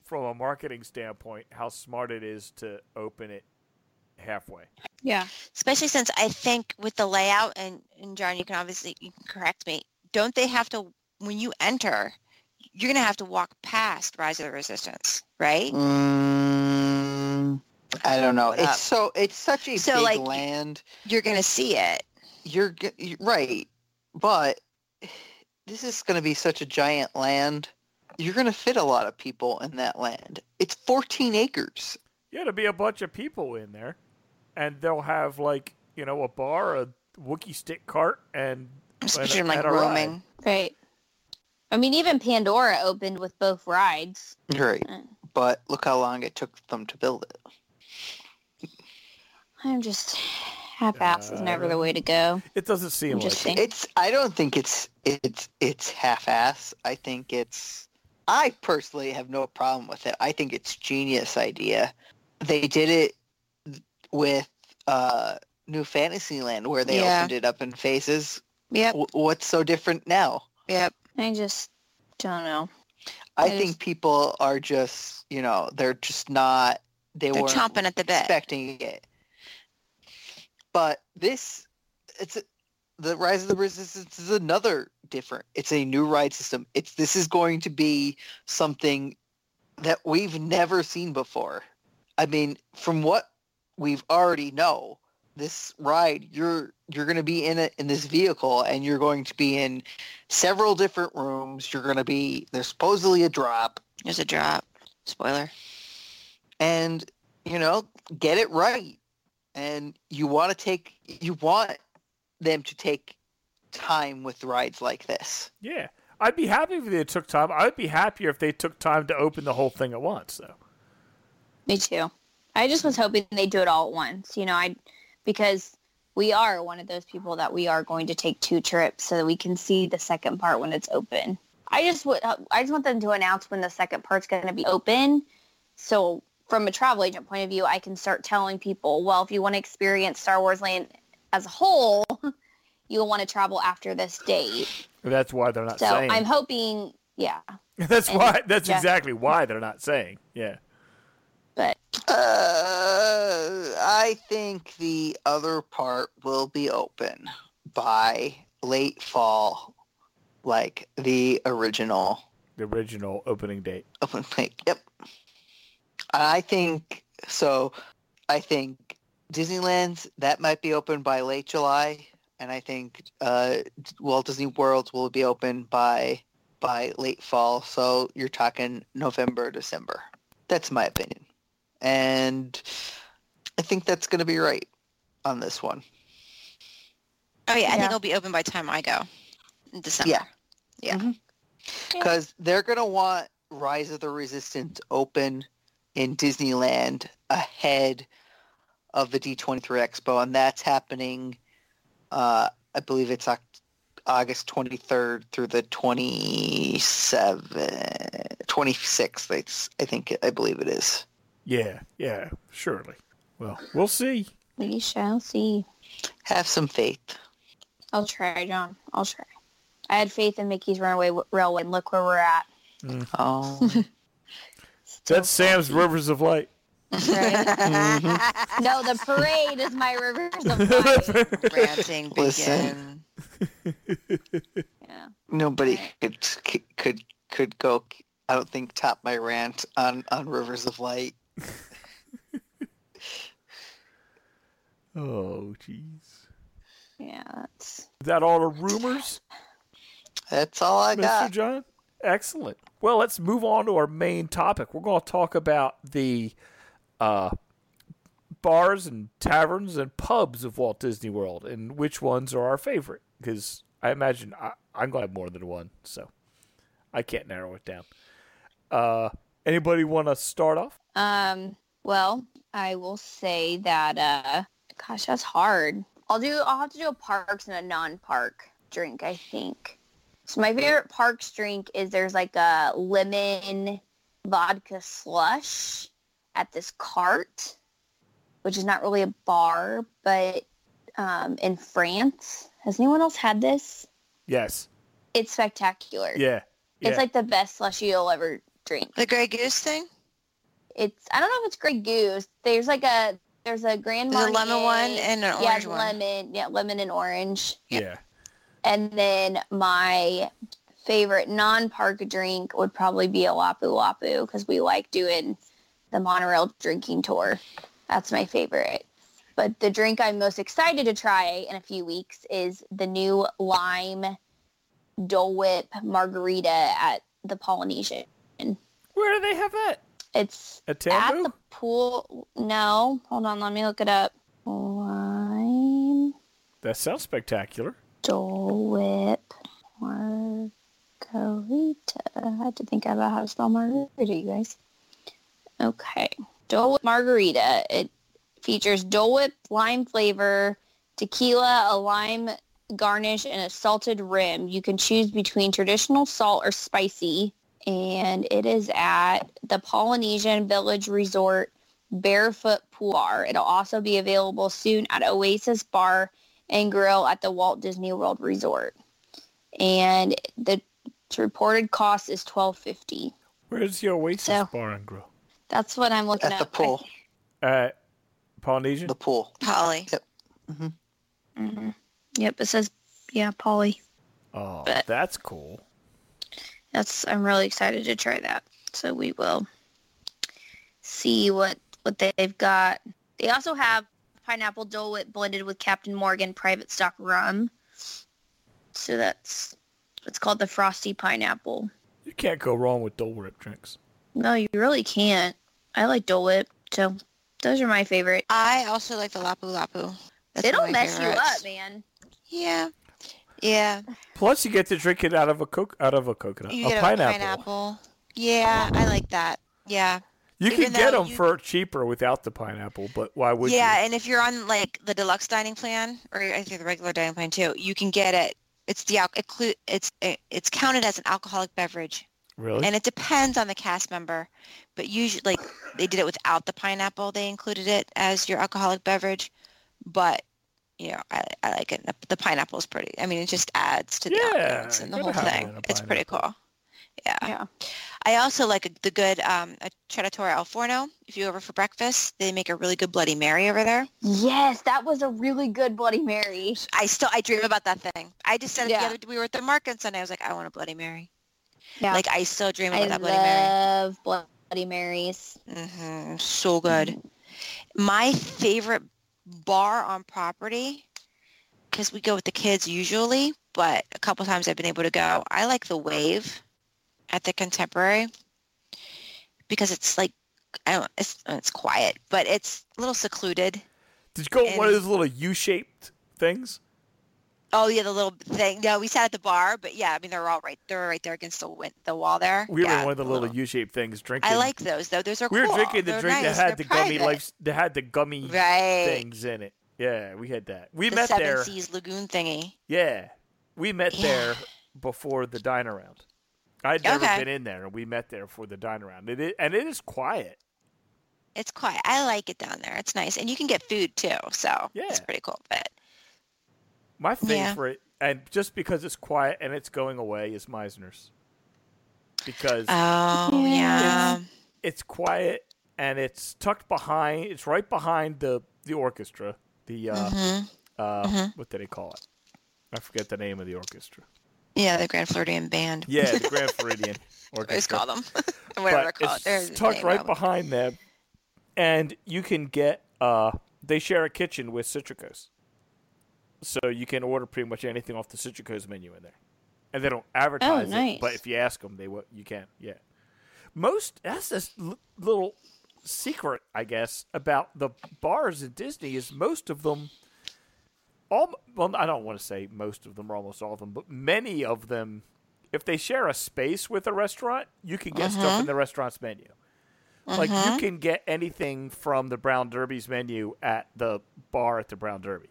Speaker 1: from a marketing standpoint how smart it is to open it halfway.
Speaker 3: Yeah.
Speaker 2: Especially since I think with the layout and, and John, you can obviously you can correct me. Don't they have to when you enter? You're gonna have to walk past Rise of the Resistance, right?
Speaker 4: Mm, I don't know.
Speaker 2: What up?
Speaker 4: It's so it's such a
Speaker 2: So,
Speaker 4: big
Speaker 2: like,
Speaker 4: land.
Speaker 2: You're gonna see it.
Speaker 4: You're, g- you're right, but this is going to be such a giant land. You're going to fit a lot of people in that land. It's 14 acres.
Speaker 1: Yeah, there'll be a bunch of people in there, and they'll have like you know a bar, a Wookiee stick cart, and
Speaker 2: Just
Speaker 1: and a-
Speaker 2: picture 'em, like
Speaker 1: and a ride.
Speaker 2: roaming.
Speaker 3: Right. I mean, even Pandora opened with both rides.
Speaker 4: Right,
Speaker 3: Mm.
Speaker 4: but look how long it took them to build it.
Speaker 3: I'm just half-ass is never
Speaker 1: Uh,
Speaker 3: the way to go.
Speaker 1: It doesn't seem like
Speaker 3: Interesting.
Speaker 4: It's. I don't think it's. It's. It's half-ass. I think it's. I personally have no problem with it. I think it's genius idea. They did it with uh, New Fantasyland, where they
Speaker 2: Yeah.
Speaker 4: opened it up in phases.
Speaker 2: Yep.
Speaker 4: W- what's so different now?
Speaker 2: Yep.
Speaker 3: I just don't know.
Speaker 4: I
Speaker 3: There's-
Speaker 4: think people are just. You know, they're just not. They
Speaker 2: They're
Speaker 4: were
Speaker 2: chomping at the bit.
Speaker 4: expecting it. But this, it's the Rise of the Resistance is another different. It's a new ride system. It's this is going to be something that we've never seen before. I mean, from what we've already know, this ride you're you're going to be in it in this vehicle, and you're going to be in several different rooms. You're going to be there's supposedly a drop,
Speaker 2: There's a drop. Spoiler.
Speaker 4: and you know get it right and you want to take you want them to take time with rides like this
Speaker 1: Yeah. I'd be happy if they took time. I would be happier if they took time to open the whole thing at once, though.
Speaker 3: Me too. I just was hoping they do it all at once. You know, I because we are one of those people that we are going to take two trips so that we can see the second part when it's open. I just would I just want them to announce when the second part's going to be open. So from a travel agent point of view, I can start telling people, well, if you want to experience Star Wars Land as a whole, you'll want to travel after this date.
Speaker 1: That's why they're not
Speaker 3: So
Speaker 1: saying.
Speaker 3: I'm hoping, yeah,
Speaker 1: that's why. That's
Speaker 3: Yeah.
Speaker 1: exactly why they're not saying. Yeah.
Speaker 3: but
Speaker 4: Uh, I think the other part will be open by late fall, like the original
Speaker 1: The original opening date.
Speaker 4: open plate. Yep. I think so. I think Disneyland's that might be open by late July, and I think uh, Walt Disney World will be open by by late fall. So you're talking November, December. That's my opinion, and I think that's going to be right on this one.
Speaker 2: Oh yeah, I think
Speaker 3: Yeah.
Speaker 2: it'll be open by the time I go in December.
Speaker 4: Yeah. because they're gonna want Rise of the Resistance open in Disneyland ahead of the D23 Expo, and that's happening. Uh, I believe it's Oc- August 23rd through the 27th, 26th. It's, I think I believe it is.
Speaker 1: Yeah. Yeah. Surely. Well, we'll see.
Speaker 3: we shall see.
Speaker 4: Have some faith.
Speaker 3: I'll try, John. I'll try. I had faith in Mickey's Runaway W- Railway, and look where we're at.
Speaker 4: Oh,
Speaker 1: That's Sam's Rivers of Light.
Speaker 3: Right? no, the parade is my rivers of light.
Speaker 2: Ranting
Speaker 4: Listen.
Speaker 2: begin.
Speaker 3: Yeah.
Speaker 4: nobody could could could go. I don't think top my rant on on Rivers of Light.
Speaker 1: oh, jeez.
Speaker 3: Yeah, that's
Speaker 1: Is that all the rumors,
Speaker 4: That's all I got.
Speaker 1: Mr. John? Excellent. Well, let's move on to our main topic. We're going to talk about the uh, bars and taverns and pubs of Walt Disney World and which ones are our favorite. Because I imagine I, I'm going to have more than one, so I can't narrow it down. Uh, anybody want to start off?
Speaker 3: Um, well, I will say that uh gosh, that's hard. I'll do I'll have to do a parks and a non park drink, I think. So my favorite parks drink is there's like a lemon vodka slush at this cart, which is not really a bar, but um in France. Has anyone else had this?
Speaker 1: Yes.
Speaker 3: It's spectacular.
Speaker 1: Yeah. yeah.
Speaker 3: It's like the best slushy you'll ever drink
Speaker 2: The Grey Goose thing?
Speaker 3: it's I don't know if it's Grey Goose. There's like a there's a Grand
Speaker 2: There's a
Speaker 3: Marnier.
Speaker 2: lemon one and an
Speaker 3: yeah,
Speaker 2: orange one.
Speaker 3: lemon, yeah, lemon and orange.
Speaker 1: yeah.
Speaker 3: And then my favorite non-park drink would probably be a Lapu Lapu because we like doing the monorail drinking tour. That's my favorite. But the drink I'm most excited to try in a few weeks is the new lime Dole Whip margarita at the Polynesian.
Speaker 1: Where do they have that?
Speaker 3: It's
Speaker 1: At
Speaker 3: At the pool. No, hold on. Let me look it up. Lime
Speaker 1: That sounds spectacular.
Speaker 3: Dole Whip Margarita. I had to think about how to spell margarita, you guys. Okay. Dole Whip Margarita. It features Dole Whip lime flavor, tequila, a lime garnish, and a salted rim. You can choose between traditional salt or spicy. And it is at the Polynesian Village Resort Barefoot Pool Bar. It'll also be available soon at Oasis Bar and Grill at the Walt Disney World Resort. And the reported cost is twelve fifty.
Speaker 1: Where's the Oasis
Speaker 3: So-
Speaker 1: Bar and Grill?
Speaker 3: That's what I'm looking
Speaker 4: At
Speaker 3: at.
Speaker 4: the pool.
Speaker 1: Uh, Polynesian.
Speaker 4: The pool.
Speaker 2: Polly.
Speaker 3: hmm Yep, it says yeah, Polly.
Speaker 1: oh,
Speaker 3: but-
Speaker 1: that's cool.
Speaker 3: That's I'm really excited to try that. So we will see what what they've got. They also have pineapple Dole Whip blended with Captain Morgan private stock rum. So that's it's called the frosty pineapple.
Speaker 1: You can't go wrong with Dole Whip drinks.
Speaker 3: No, you really can't. I like Dole Whip, so those are my favorite.
Speaker 2: I also like the Lapu Lapu. That's
Speaker 3: It'll
Speaker 2: one of my
Speaker 3: mess you
Speaker 2: favorites.
Speaker 3: up, man.
Speaker 2: Yeah. Yeah.
Speaker 1: Plus, you get to drink it out of a co- out of a coconut,
Speaker 2: You
Speaker 1: a
Speaker 2: get a
Speaker 1: pineapple.
Speaker 2: pineapple. Yeah, I like that. Yeah.
Speaker 1: You
Speaker 2: Even
Speaker 1: can get
Speaker 2: though
Speaker 1: them
Speaker 2: you-
Speaker 1: for cheaper without the pineapple, but why would
Speaker 2: yeah,
Speaker 1: you?
Speaker 2: and if you're on like the deluxe dining plan or I think the regular dining plan too, you can get it. It's the al- inclu- it's it's counted as an alcoholic beverage,
Speaker 1: Really?
Speaker 2: and it depends on the cast member. But usually, like they did it without the pineapple, they included it as your alcoholic beverage. But you know, I, I like it. The, the pineapple is pretty. I mean, it just adds to the
Speaker 1: Yeah,
Speaker 2: ambiance and the
Speaker 1: gotta
Speaker 2: whole
Speaker 1: have it
Speaker 2: thing.
Speaker 1: in a
Speaker 2: It's pretty cool. Yeah.
Speaker 3: Yeah.
Speaker 2: I also like a, the good um, a Trattoria al Forno. If you go over for breakfast, they make a really good Bloody Mary over there.
Speaker 3: Yes, that was a really good Bloody Mary.
Speaker 2: I still I dream about that thing. I just said it
Speaker 3: Yeah.
Speaker 2: the other we were at the market on Sunday. I was like, I want a Bloody Mary.
Speaker 3: Yeah.
Speaker 2: Like I still dream about
Speaker 3: I
Speaker 2: that
Speaker 3: love Bloody Marys.
Speaker 2: Bloody Mary. hmm So good.
Speaker 1: Mm-hmm.
Speaker 2: My favorite bar on property because we go with the kids usually, but a couple times I've been able to go. I like the Wave at the Contemporary because it's like I don't it's it's quiet, but it's a little secluded.
Speaker 1: Did you go with one of
Speaker 2: and-
Speaker 1: those little U-shaped things?
Speaker 2: Oh yeah, the little thing. No, we sat at the bar, but yeah, I mean they're all right. They're right there against the win- the wall there.
Speaker 1: We were
Speaker 2: yeah,
Speaker 1: in one of the little U-shaped things drinking.
Speaker 2: I like those though. Those are
Speaker 1: We were
Speaker 2: cool.
Speaker 1: drinking the
Speaker 2: They're
Speaker 1: drink that
Speaker 2: nice.
Speaker 1: had
Speaker 2: They're
Speaker 1: the gummy
Speaker 2: private.
Speaker 1: life. That had the gummy
Speaker 2: right.
Speaker 1: things in it. Yeah, we had that. We
Speaker 2: the
Speaker 1: met
Speaker 2: Seven
Speaker 1: there.
Speaker 2: Seas Lagoon thingy.
Speaker 1: Yeah, we met
Speaker 2: Yeah.
Speaker 1: there before the dine around. I'd never
Speaker 2: Okay.
Speaker 1: been in there, and we met there for the dine around. It is, and it is quiet.
Speaker 2: It's quiet. I like it down there. It's nice, and you can get food too. So it's
Speaker 1: Yeah.
Speaker 2: pretty cool. But
Speaker 1: My
Speaker 2: Yeah.
Speaker 1: favorite, and just because it's quiet and it's going away, is Meisner's because
Speaker 2: oh yeah,
Speaker 3: Yeah.
Speaker 1: it's quiet and it's tucked behind. It's right behind the the orchestra. The uh,
Speaker 2: hmm
Speaker 1: uh,
Speaker 2: Mhm.
Speaker 1: what do they call it? I forget the name of the orchestra.
Speaker 2: yeah, the Grand Floridian Band.
Speaker 1: Yeah, the Grand Floridian
Speaker 2: I always
Speaker 1: orchestra.
Speaker 2: call them whatever I
Speaker 1: but
Speaker 2: call it.
Speaker 1: it's
Speaker 2: There's a
Speaker 1: tucked
Speaker 2: name
Speaker 1: right
Speaker 2: of it.
Speaker 1: behind them, and you can get. Uh, they share a kitchen with Citricos, so you can order pretty much anything off the Citricos menu in there, and they don't advertise it.
Speaker 3: nice.
Speaker 1: But if you ask them, they will. You can, yeah. Most that's this l- little secret, I guess, about the bars at Disney is most of them. All well, I don't want to say most of them or almost all of them, but many of them if they share a space with a restaurant, you can get stuff in the restaurant's menu. Like you can get anything from the Brown Derby's menu at the bar at the Brown Derby.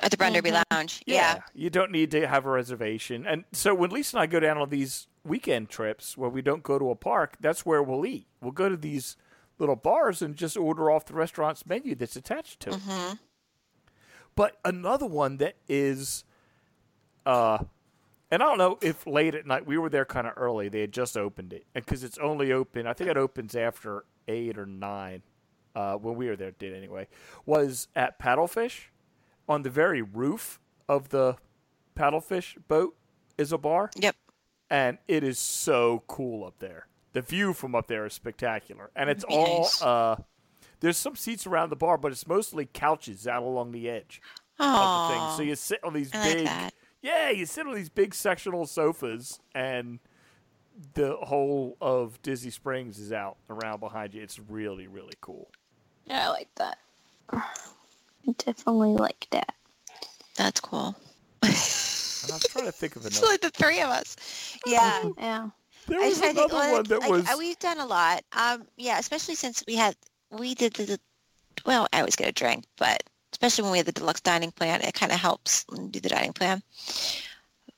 Speaker 2: at the Brown Derby
Speaker 1: Mm-hmm.
Speaker 2: Lounge. yeah.
Speaker 1: You don't need to have a reservation. And so when Lisa and I go down on these weekend trips where we don't go to a park, that's where we'll eat. We'll go to these little bars and just order off the restaurant's menu that's attached to it. But another one that is, uh, and I don't know if late at night, we were there kind of early. They had just opened it. Because it's only open, I think it opens after 8 or 9 uh, when we were there, it did anyway, was at Paddlefish on the very roof of the paddlefish boat is a bar
Speaker 2: Yep.
Speaker 1: and it is so cool up there the view from up there is spectacular and it's
Speaker 2: Be
Speaker 1: all
Speaker 2: nice.
Speaker 1: uh there's some seats around the bar but it's mostly couches out along the edge of the thing
Speaker 2: Oh,
Speaker 1: so you sit on these
Speaker 2: I like
Speaker 1: big
Speaker 2: that.
Speaker 1: yeah you sit on these big sectional sofas and the whole of disney springs is out around behind you it's really really cool
Speaker 3: Yeah, I like that. I definitely like that.
Speaker 2: that's cool.
Speaker 1: and i'm trying to think of
Speaker 2: It's
Speaker 1: another
Speaker 2: like the three of us. Yeah.
Speaker 3: Yeah.
Speaker 1: there
Speaker 2: I
Speaker 1: was
Speaker 2: was trying to think,
Speaker 1: another
Speaker 2: well,
Speaker 1: one
Speaker 2: like,
Speaker 1: that
Speaker 2: like,
Speaker 1: was
Speaker 2: uh, we've done a lot. Um, yeah, especially since we had we did the, the well, I always get a drink, but especially when we had the deluxe dining plan, it kind of helps do the dining plan.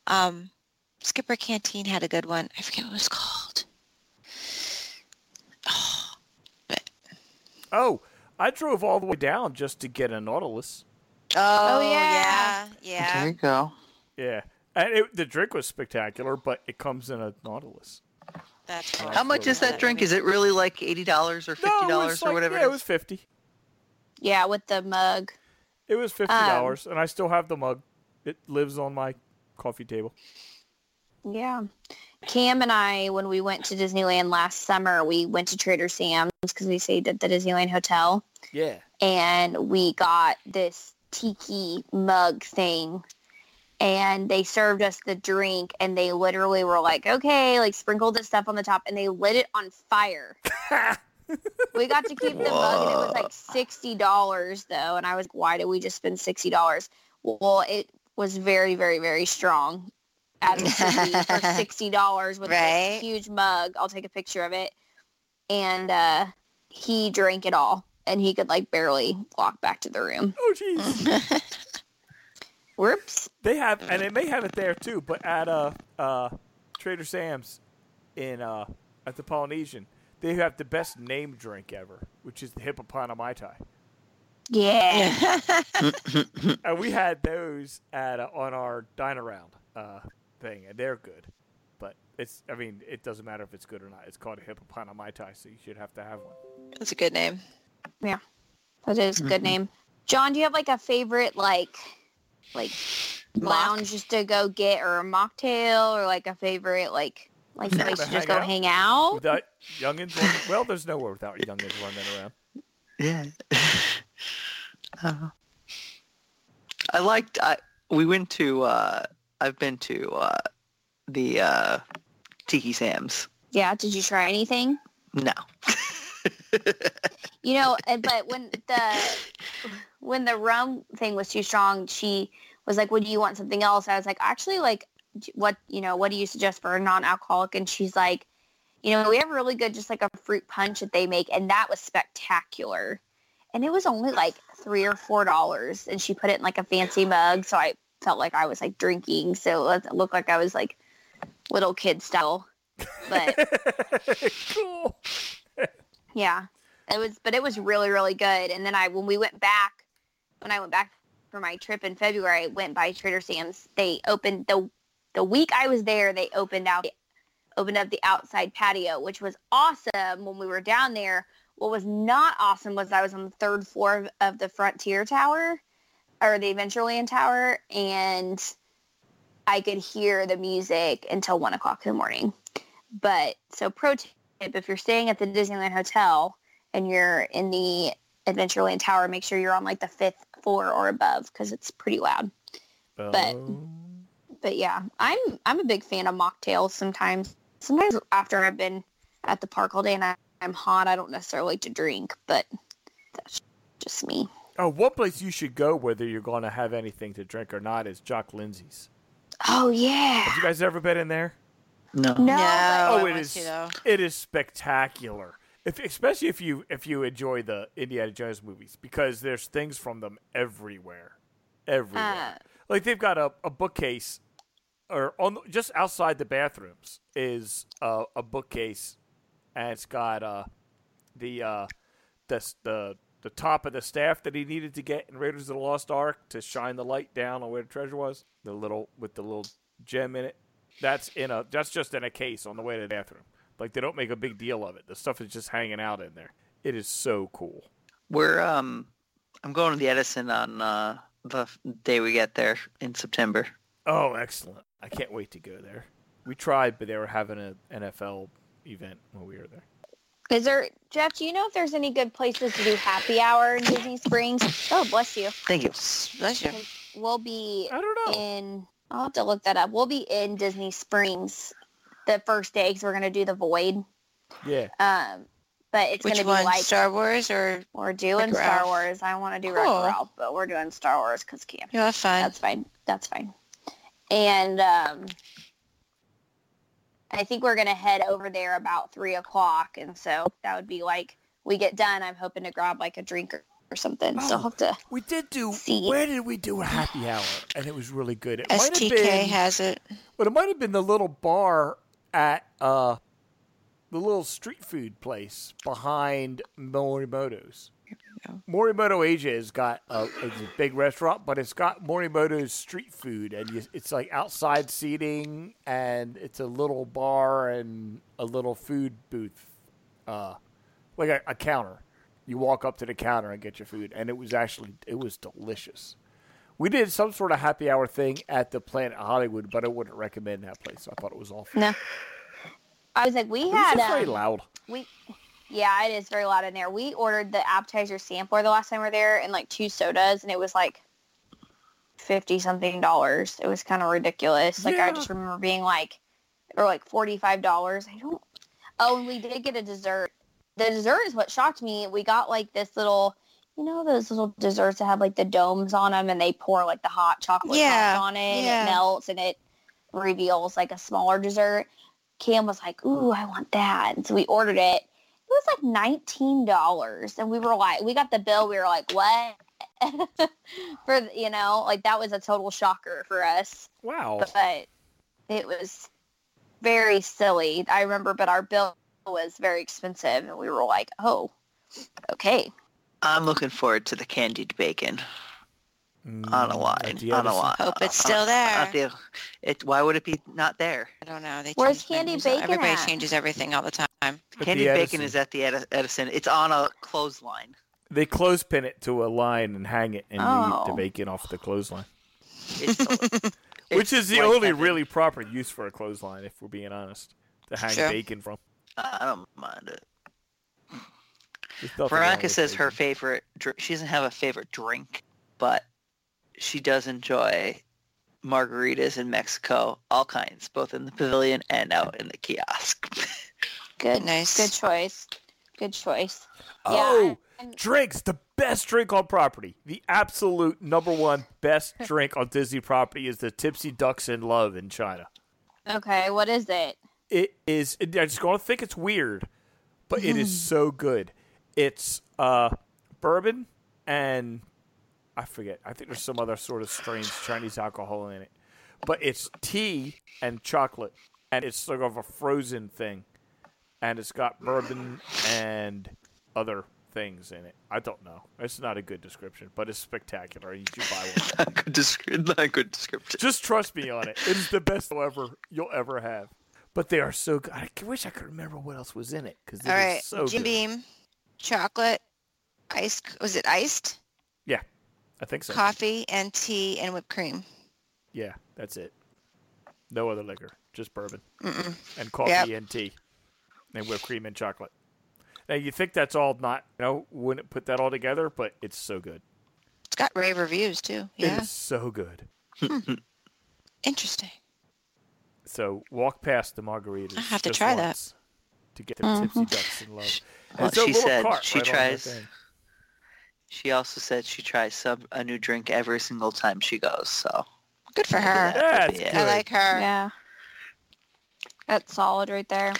Speaker 2: Um, Skipper Canteen had a good one. I forget what it was called.
Speaker 1: Oh, I drove all the way down just to get a Nautilus.
Speaker 2: Oh,
Speaker 3: yeah.
Speaker 2: yeah, yeah.
Speaker 4: There you go.
Speaker 1: Yeah, and it, the drink was spectacular, but it comes in a Nautilus.
Speaker 2: That's cool.
Speaker 4: How much is that drink? Is it really like eighty dollars or fifty
Speaker 1: no, it
Speaker 4: dollars
Speaker 1: was
Speaker 4: or
Speaker 1: like-
Speaker 4: whatever?
Speaker 1: Yeah, it
Speaker 4: is?
Speaker 1: was fifty.
Speaker 3: Yeah, with the mug.
Speaker 1: It was fifty
Speaker 4: Um,
Speaker 1: dollars, and I still have the mug. It lives on my coffee table.
Speaker 3: Yeah. Cam and I, when we went to Disneyland last summer, we went to Trader Sam's because we stayed at the Disneyland Hotel,
Speaker 1: Yeah.
Speaker 3: and we got this tiki mug thing, and they served us the drink, and they literally were like, "Okay, like sprinkle this stuff on the top," and they lit it on fire. we got to keep the mug, and it was like sixty dollars though, and I was, "Why did we just spend sixty dollars?" Well, it was very, very, very strong. At for sixty dollars with a
Speaker 2: Right.
Speaker 3: huge mug. I'll take a picture of it. And uh, he drank it all, and he could like barely walk back to the room.
Speaker 1: Oh, jeez.
Speaker 3: Whoops.
Speaker 1: They have, and they may have it there too, but at uh, uh, Trader Sam's in uh, at the Polynesian, they have the best name drink ever, which is the Hippopotamaitai.
Speaker 3: Yeah.
Speaker 1: And Uh, we had those at uh, on our dine around uh, thing, and they're good. But it's, I mean, it doesn't matter if it's good or not. It's called a Hippopotamaitai, so you should have to have one.
Speaker 2: That's a good name.
Speaker 3: That is a good name. John, do you have like a favorite like like
Speaker 2: Mock-
Speaker 3: lounge just to go get or a mocktail or like a favorite like like place
Speaker 1: To
Speaker 3: to
Speaker 1: hang
Speaker 3: just go
Speaker 1: out?
Speaker 3: hang out?
Speaker 1: Without youngins, run- well, there's nowhere without youngins running around.
Speaker 4: Yeah. Uh, I liked. I we went to. Uh, I've been to uh, the uh, Tiki Sam's.
Speaker 3: Yeah, did you try anything?
Speaker 4: No.
Speaker 3: You know, uh, but when the when the rum thing was too strong, she was like, "Would you want something else?" I was like, "Actually, like, j- what you know, what do you suggest for a non-alcoholic?" And she's like, "You know, we have really good, just like a fruit punch that they make, and that was spectacular, and it was only like three or four dollars." And she put it in like a fancy mug, so I felt like I was like drinking, so it looked like I was like little kid style, but.
Speaker 1: cool.
Speaker 3: Yeah. It was but it was really, really good. And then I when we went back when I went back for my trip in February, I went by Trader Sam's. They opened the the week I was there, they opened out opened up the outside patio, which was awesome when we were down there. What was not awesome was I was on the third floor of, of the Frontier Tower or the Adventureland Tower and I could hear the music until one o'clock in the morning. But so pro tip, if you're staying at the Disneyland Hotel and you're in the Adventureland Tower, make sure you're on like the fifth floor or above because it's pretty loud. But-
Speaker 1: Um,
Speaker 3: But yeah, I'm I'm a big fan of mocktails. Sometimes, sometimes after I've been at the park all day and I, I'm hot, I don't necessarily like to drink, but that's just me.
Speaker 1: oh, one place you should go, whether you're going to have anything to drink or not, is Jock Lindsey's.
Speaker 3: Oh yeah,
Speaker 1: Have you guys ever been in there?
Speaker 4: No.
Speaker 3: no,
Speaker 2: No.
Speaker 3: but-
Speaker 2: I
Speaker 1: oh, it
Speaker 2: want
Speaker 1: is.
Speaker 2: to, though.
Speaker 1: it is spectacular. If, especially if you if you enjoy the Indiana Jones movies, because there's things from them everywhere, everywhere.
Speaker 3: Uh,
Speaker 1: like they've got a, a bookcase, or on the- just outside the bathrooms is uh, a bookcase, and it's got uh, the uh, the s- the the top of the staff that he needed to get in Raiders of the Lost Ark to shine the light down on where the treasure was. The little with the little gem in it. That's in a that's just in a case on the way to the bathroom. Like they don't make a big deal of it. The stuff is just hanging out in there. It is so cool.
Speaker 4: We're um. I'm going to the Edison on uh, the f- day we get there in September.
Speaker 1: Oh, excellent! I can't wait to go there. We tried, but they were having an NFL event when we were there.
Speaker 3: Uh, Is there Jeff? Do you know if there's any good places to do happy hour in Disney Springs? Oh, bless you.
Speaker 4: Thank you.
Speaker 2: Bless you.
Speaker 3: We'll be
Speaker 1: I
Speaker 2: Oh.
Speaker 1: don't know.
Speaker 3: in. I'll have to look that up. We'll be in Disney Springs the first day because we're gonna do the Void.
Speaker 1: Yeah,
Speaker 3: Um, but it's
Speaker 2: Which
Speaker 3: gonna
Speaker 2: one?
Speaker 3: be like
Speaker 2: Star Wars or
Speaker 3: we're doing
Speaker 2: Wreck-It
Speaker 3: Star
Speaker 2: Ralph?
Speaker 3: Wars. I want to do Wreck-It
Speaker 2: Cool.
Speaker 3: Ralph, but we're doing Star Wars because can.
Speaker 2: you have fun?
Speaker 3: That's fine. That's fine. And um, I think we're gonna head over there about three o'clock, and so that would be like we get done. I'm hoping to grab like a drink or, or something. So
Speaker 1: Oh.
Speaker 3: I'll have to.
Speaker 1: we did do.
Speaker 3: See.
Speaker 1: Where did we do a happy hour? And it was really good. It might have
Speaker 2: STK
Speaker 1: been.
Speaker 2: has it.
Speaker 1: But it might have been the little bar at uh, the little street food place behind Morimoto's. Morimoto Asia has got a, it's a big restaurant, but it's got Morimoto's street food, and you, it's like outside seating, and it's a little bar and a little food booth, uh, like a, a counter. You walk up to the counter and get your food, and it was actually it was delicious. We did some sort of happy hour thing at the Planet Hollywood, but I wouldn't recommend that place. I thought it was awful.
Speaker 3: No. I was like, we
Speaker 1: It was
Speaker 3: had
Speaker 1: just very
Speaker 3: um,
Speaker 1: loud.
Speaker 3: we. Yeah, it is very loud in there. We ordered the appetizer sampler the last time we were there, and like two sodas, and it was like fifty something dollars. It was kind of ridiculous. Like
Speaker 1: Yeah.
Speaker 3: I just remember being like, or like forty five dollars. I don't. Oh, and we did get a dessert. The dessert is what shocked me. We got like this little, you know those little desserts that have like the domes on them and they pour like the hot chocolate
Speaker 2: Yeah,
Speaker 3: sauce on it
Speaker 2: yeah.
Speaker 3: and it melts and it reveals like a smaller dessert. Cam was like, ooh, I want that. And so we ordered it. It was like $19. And we were like, we got the bill. We were like, what? for, you know, like that was a total shocker for us
Speaker 1: Wow.
Speaker 3: but it was very silly. I remember, but our bill was very expensive, and we were like, "Oh, okay."
Speaker 4: I'm looking forward to the candied bacon
Speaker 1: Mm,
Speaker 4: on a line.
Speaker 1: do you
Speaker 4: On
Speaker 1: have
Speaker 4: a
Speaker 1: a s-
Speaker 4: line.
Speaker 2: Hope it's
Speaker 4: on-
Speaker 2: still there.
Speaker 4: on the- it, why would it be not there?
Speaker 2: I don't know. They
Speaker 3: Where's
Speaker 2: change
Speaker 3: Candy
Speaker 2: menus all-
Speaker 3: Bacon
Speaker 2: Everybody
Speaker 3: at?
Speaker 2: changes everything all the time.
Speaker 1: at the
Speaker 4: Candied bacon
Speaker 1: Edison.
Speaker 4: is at the Edi- Edison. It's on a clothesline.
Speaker 1: They clothespin it to a line and hang it, and you eat the
Speaker 3: Oh.
Speaker 1: bacon off the clothesline,
Speaker 4: It's,
Speaker 1: which is the
Speaker 4: like
Speaker 1: only
Speaker 4: heaven.
Speaker 1: really proper use for a clothesline, if we're being honest, to hang
Speaker 2: Sure.
Speaker 1: bacon from.
Speaker 4: I don't mind it.
Speaker 1: There's nothing wrong
Speaker 4: Veronica
Speaker 1: with
Speaker 4: says her
Speaker 1: bacon.
Speaker 4: favorite dr- she doesn't have a favorite drink, but she does enjoy margaritas in Mexico, all kinds, both in the pavilion and out in the kiosk.
Speaker 3: Good,
Speaker 2: Nice.
Speaker 3: good choice, good choice.
Speaker 1: Oh,
Speaker 3: Yeah, and-
Speaker 1: drinks the best drink on property. The absolute number one best drink on Disney property is the Tipsy Ducks in Love in China.
Speaker 3: Okay, what is it?
Speaker 1: It is. I just gonna think it's weird, but it is so good. It's uh, bourbon and I forget. I think there's some other sort of strange Chinese alcohol in it, but it's tea and chocolate, and it's sort of a frozen thing, and it's got bourbon and other things in it. I don't know. It's not a good description, but it's spectacular. You should buy one.
Speaker 4: not, good descri- not good description.
Speaker 1: Just trust me on it. It's the best ever you'll ever have. But they are so good. I c- wish I could remember what else was in it because
Speaker 2: all right.
Speaker 1: so
Speaker 2: Jim
Speaker 1: good.
Speaker 2: Beam, chocolate, ice. Was it iced?
Speaker 1: Yeah, I think so.
Speaker 2: Coffee and tea and whipped cream.
Speaker 1: Yeah, that's it. No other liquor, just bourbon
Speaker 2: Mm-mm.
Speaker 1: and coffee
Speaker 2: Yep.
Speaker 1: and tea, and whipped cream and chocolate. Now you think that's all not you know wouldn't put that all together, but it's so good.
Speaker 2: It's got rave reviews too. Yeah.
Speaker 1: It's so good.
Speaker 2: Interesting.
Speaker 1: So walk past the margaritas.
Speaker 2: I have to
Speaker 1: just
Speaker 2: try that. Mm-hmm.
Speaker 1: once to get them tipsy ducks in love. And
Speaker 4: Well,
Speaker 1: it's a
Speaker 4: she
Speaker 1: little
Speaker 4: said
Speaker 1: cart
Speaker 4: she
Speaker 1: right on that
Speaker 4: tries-
Speaker 1: thing.
Speaker 4: She also said she tries some a new drink every single time she goes. So
Speaker 2: Good for her.
Speaker 1: That's
Speaker 4: Yeah.
Speaker 2: I
Speaker 1: good.
Speaker 2: like her.
Speaker 3: Yeah, that's solid right there.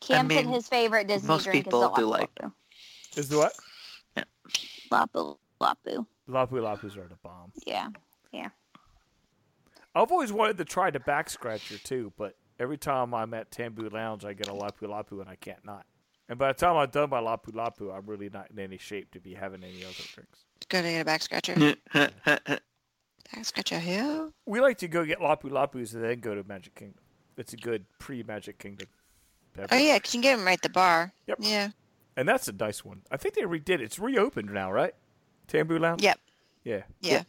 Speaker 3: Cam said
Speaker 4: mean,
Speaker 3: his favorite Disney
Speaker 4: most
Speaker 3: drink
Speaker 4: people
Speaker 3: is the
Speaker 4: do like
Speaker 3: Lapu
Speaker 1: Is the what?
Speaker 3: Lapu. Lapu Lapu.
Speaker 1: Lapu Lapus are the bomb.
Speaker 3: Yeah,
Speaker 1: I've always wanted to try the back scratcher too, but every time I'm at Tambu Lounge, I get a Lapu Lapu and I can't not. And by the time I'm done my Lapu Lapu, I'm really not in any shape to be having any other drinks.
Speaker 2: Go to get a back scratcher.
Speaker 4: Mm.
Speaker 2: Back scratcher who?
Speaker 1: We like to go get Lapu Lapus and then go to Magic Kingdom. It's a good pre Magic Kingdom.
Speaker 2: Oh
Speaker 1: beverage.
Speaker 2: yeah, 'cause you can get them right at the bar.
Speaker 1: Yep.
Speaker 2: Yeah.
Speaker 1: And that's a nice one. I think they redid it. It's reopened now, right? Tambu Lounge?
Speaker 2: Yep.
Speaker 1: Yeah.
Speaker 2: Yeah.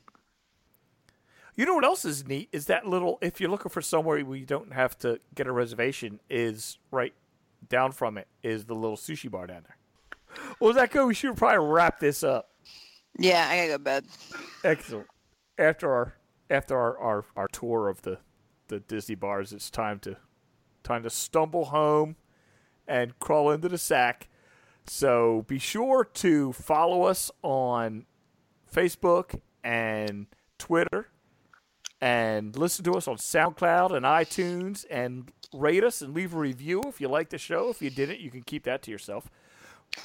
Speaker 1: You know what else is neat is that little. If you're looking for somewhere where you don't have to get a reservation, is right down from it is the little sushi bar down there. Well, that go. We should probably wrap this up.
Speaker 2: Yeah, I gotta go to bed.
Speaker 1: Excellent. After our after our, our, our tour of the the Disney bars, it's time to time to stumble home and crawl into the sack. So be sure to follow us on Facebook and Twitter and listen to us on SoundCloud and iTunes and rate us and leave a review if you like the show. If you didn't, you can keep that to yourself.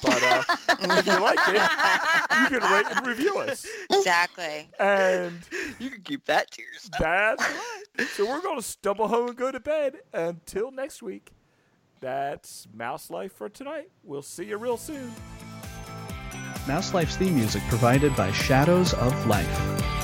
Speaker 1: But uh, if you like it, you can rate and review us.
Speaker 2: Exactly.
Speaker 1: And
Speaker 4: you can keep that to yourself.
Speaker 1: that's right. So we're going to stumble home and go to bed until next week. That's Mouse Life for tonight. We'll see you real soon.
Speaker 5: Mouse Life's theme music provided by Shadows of Life.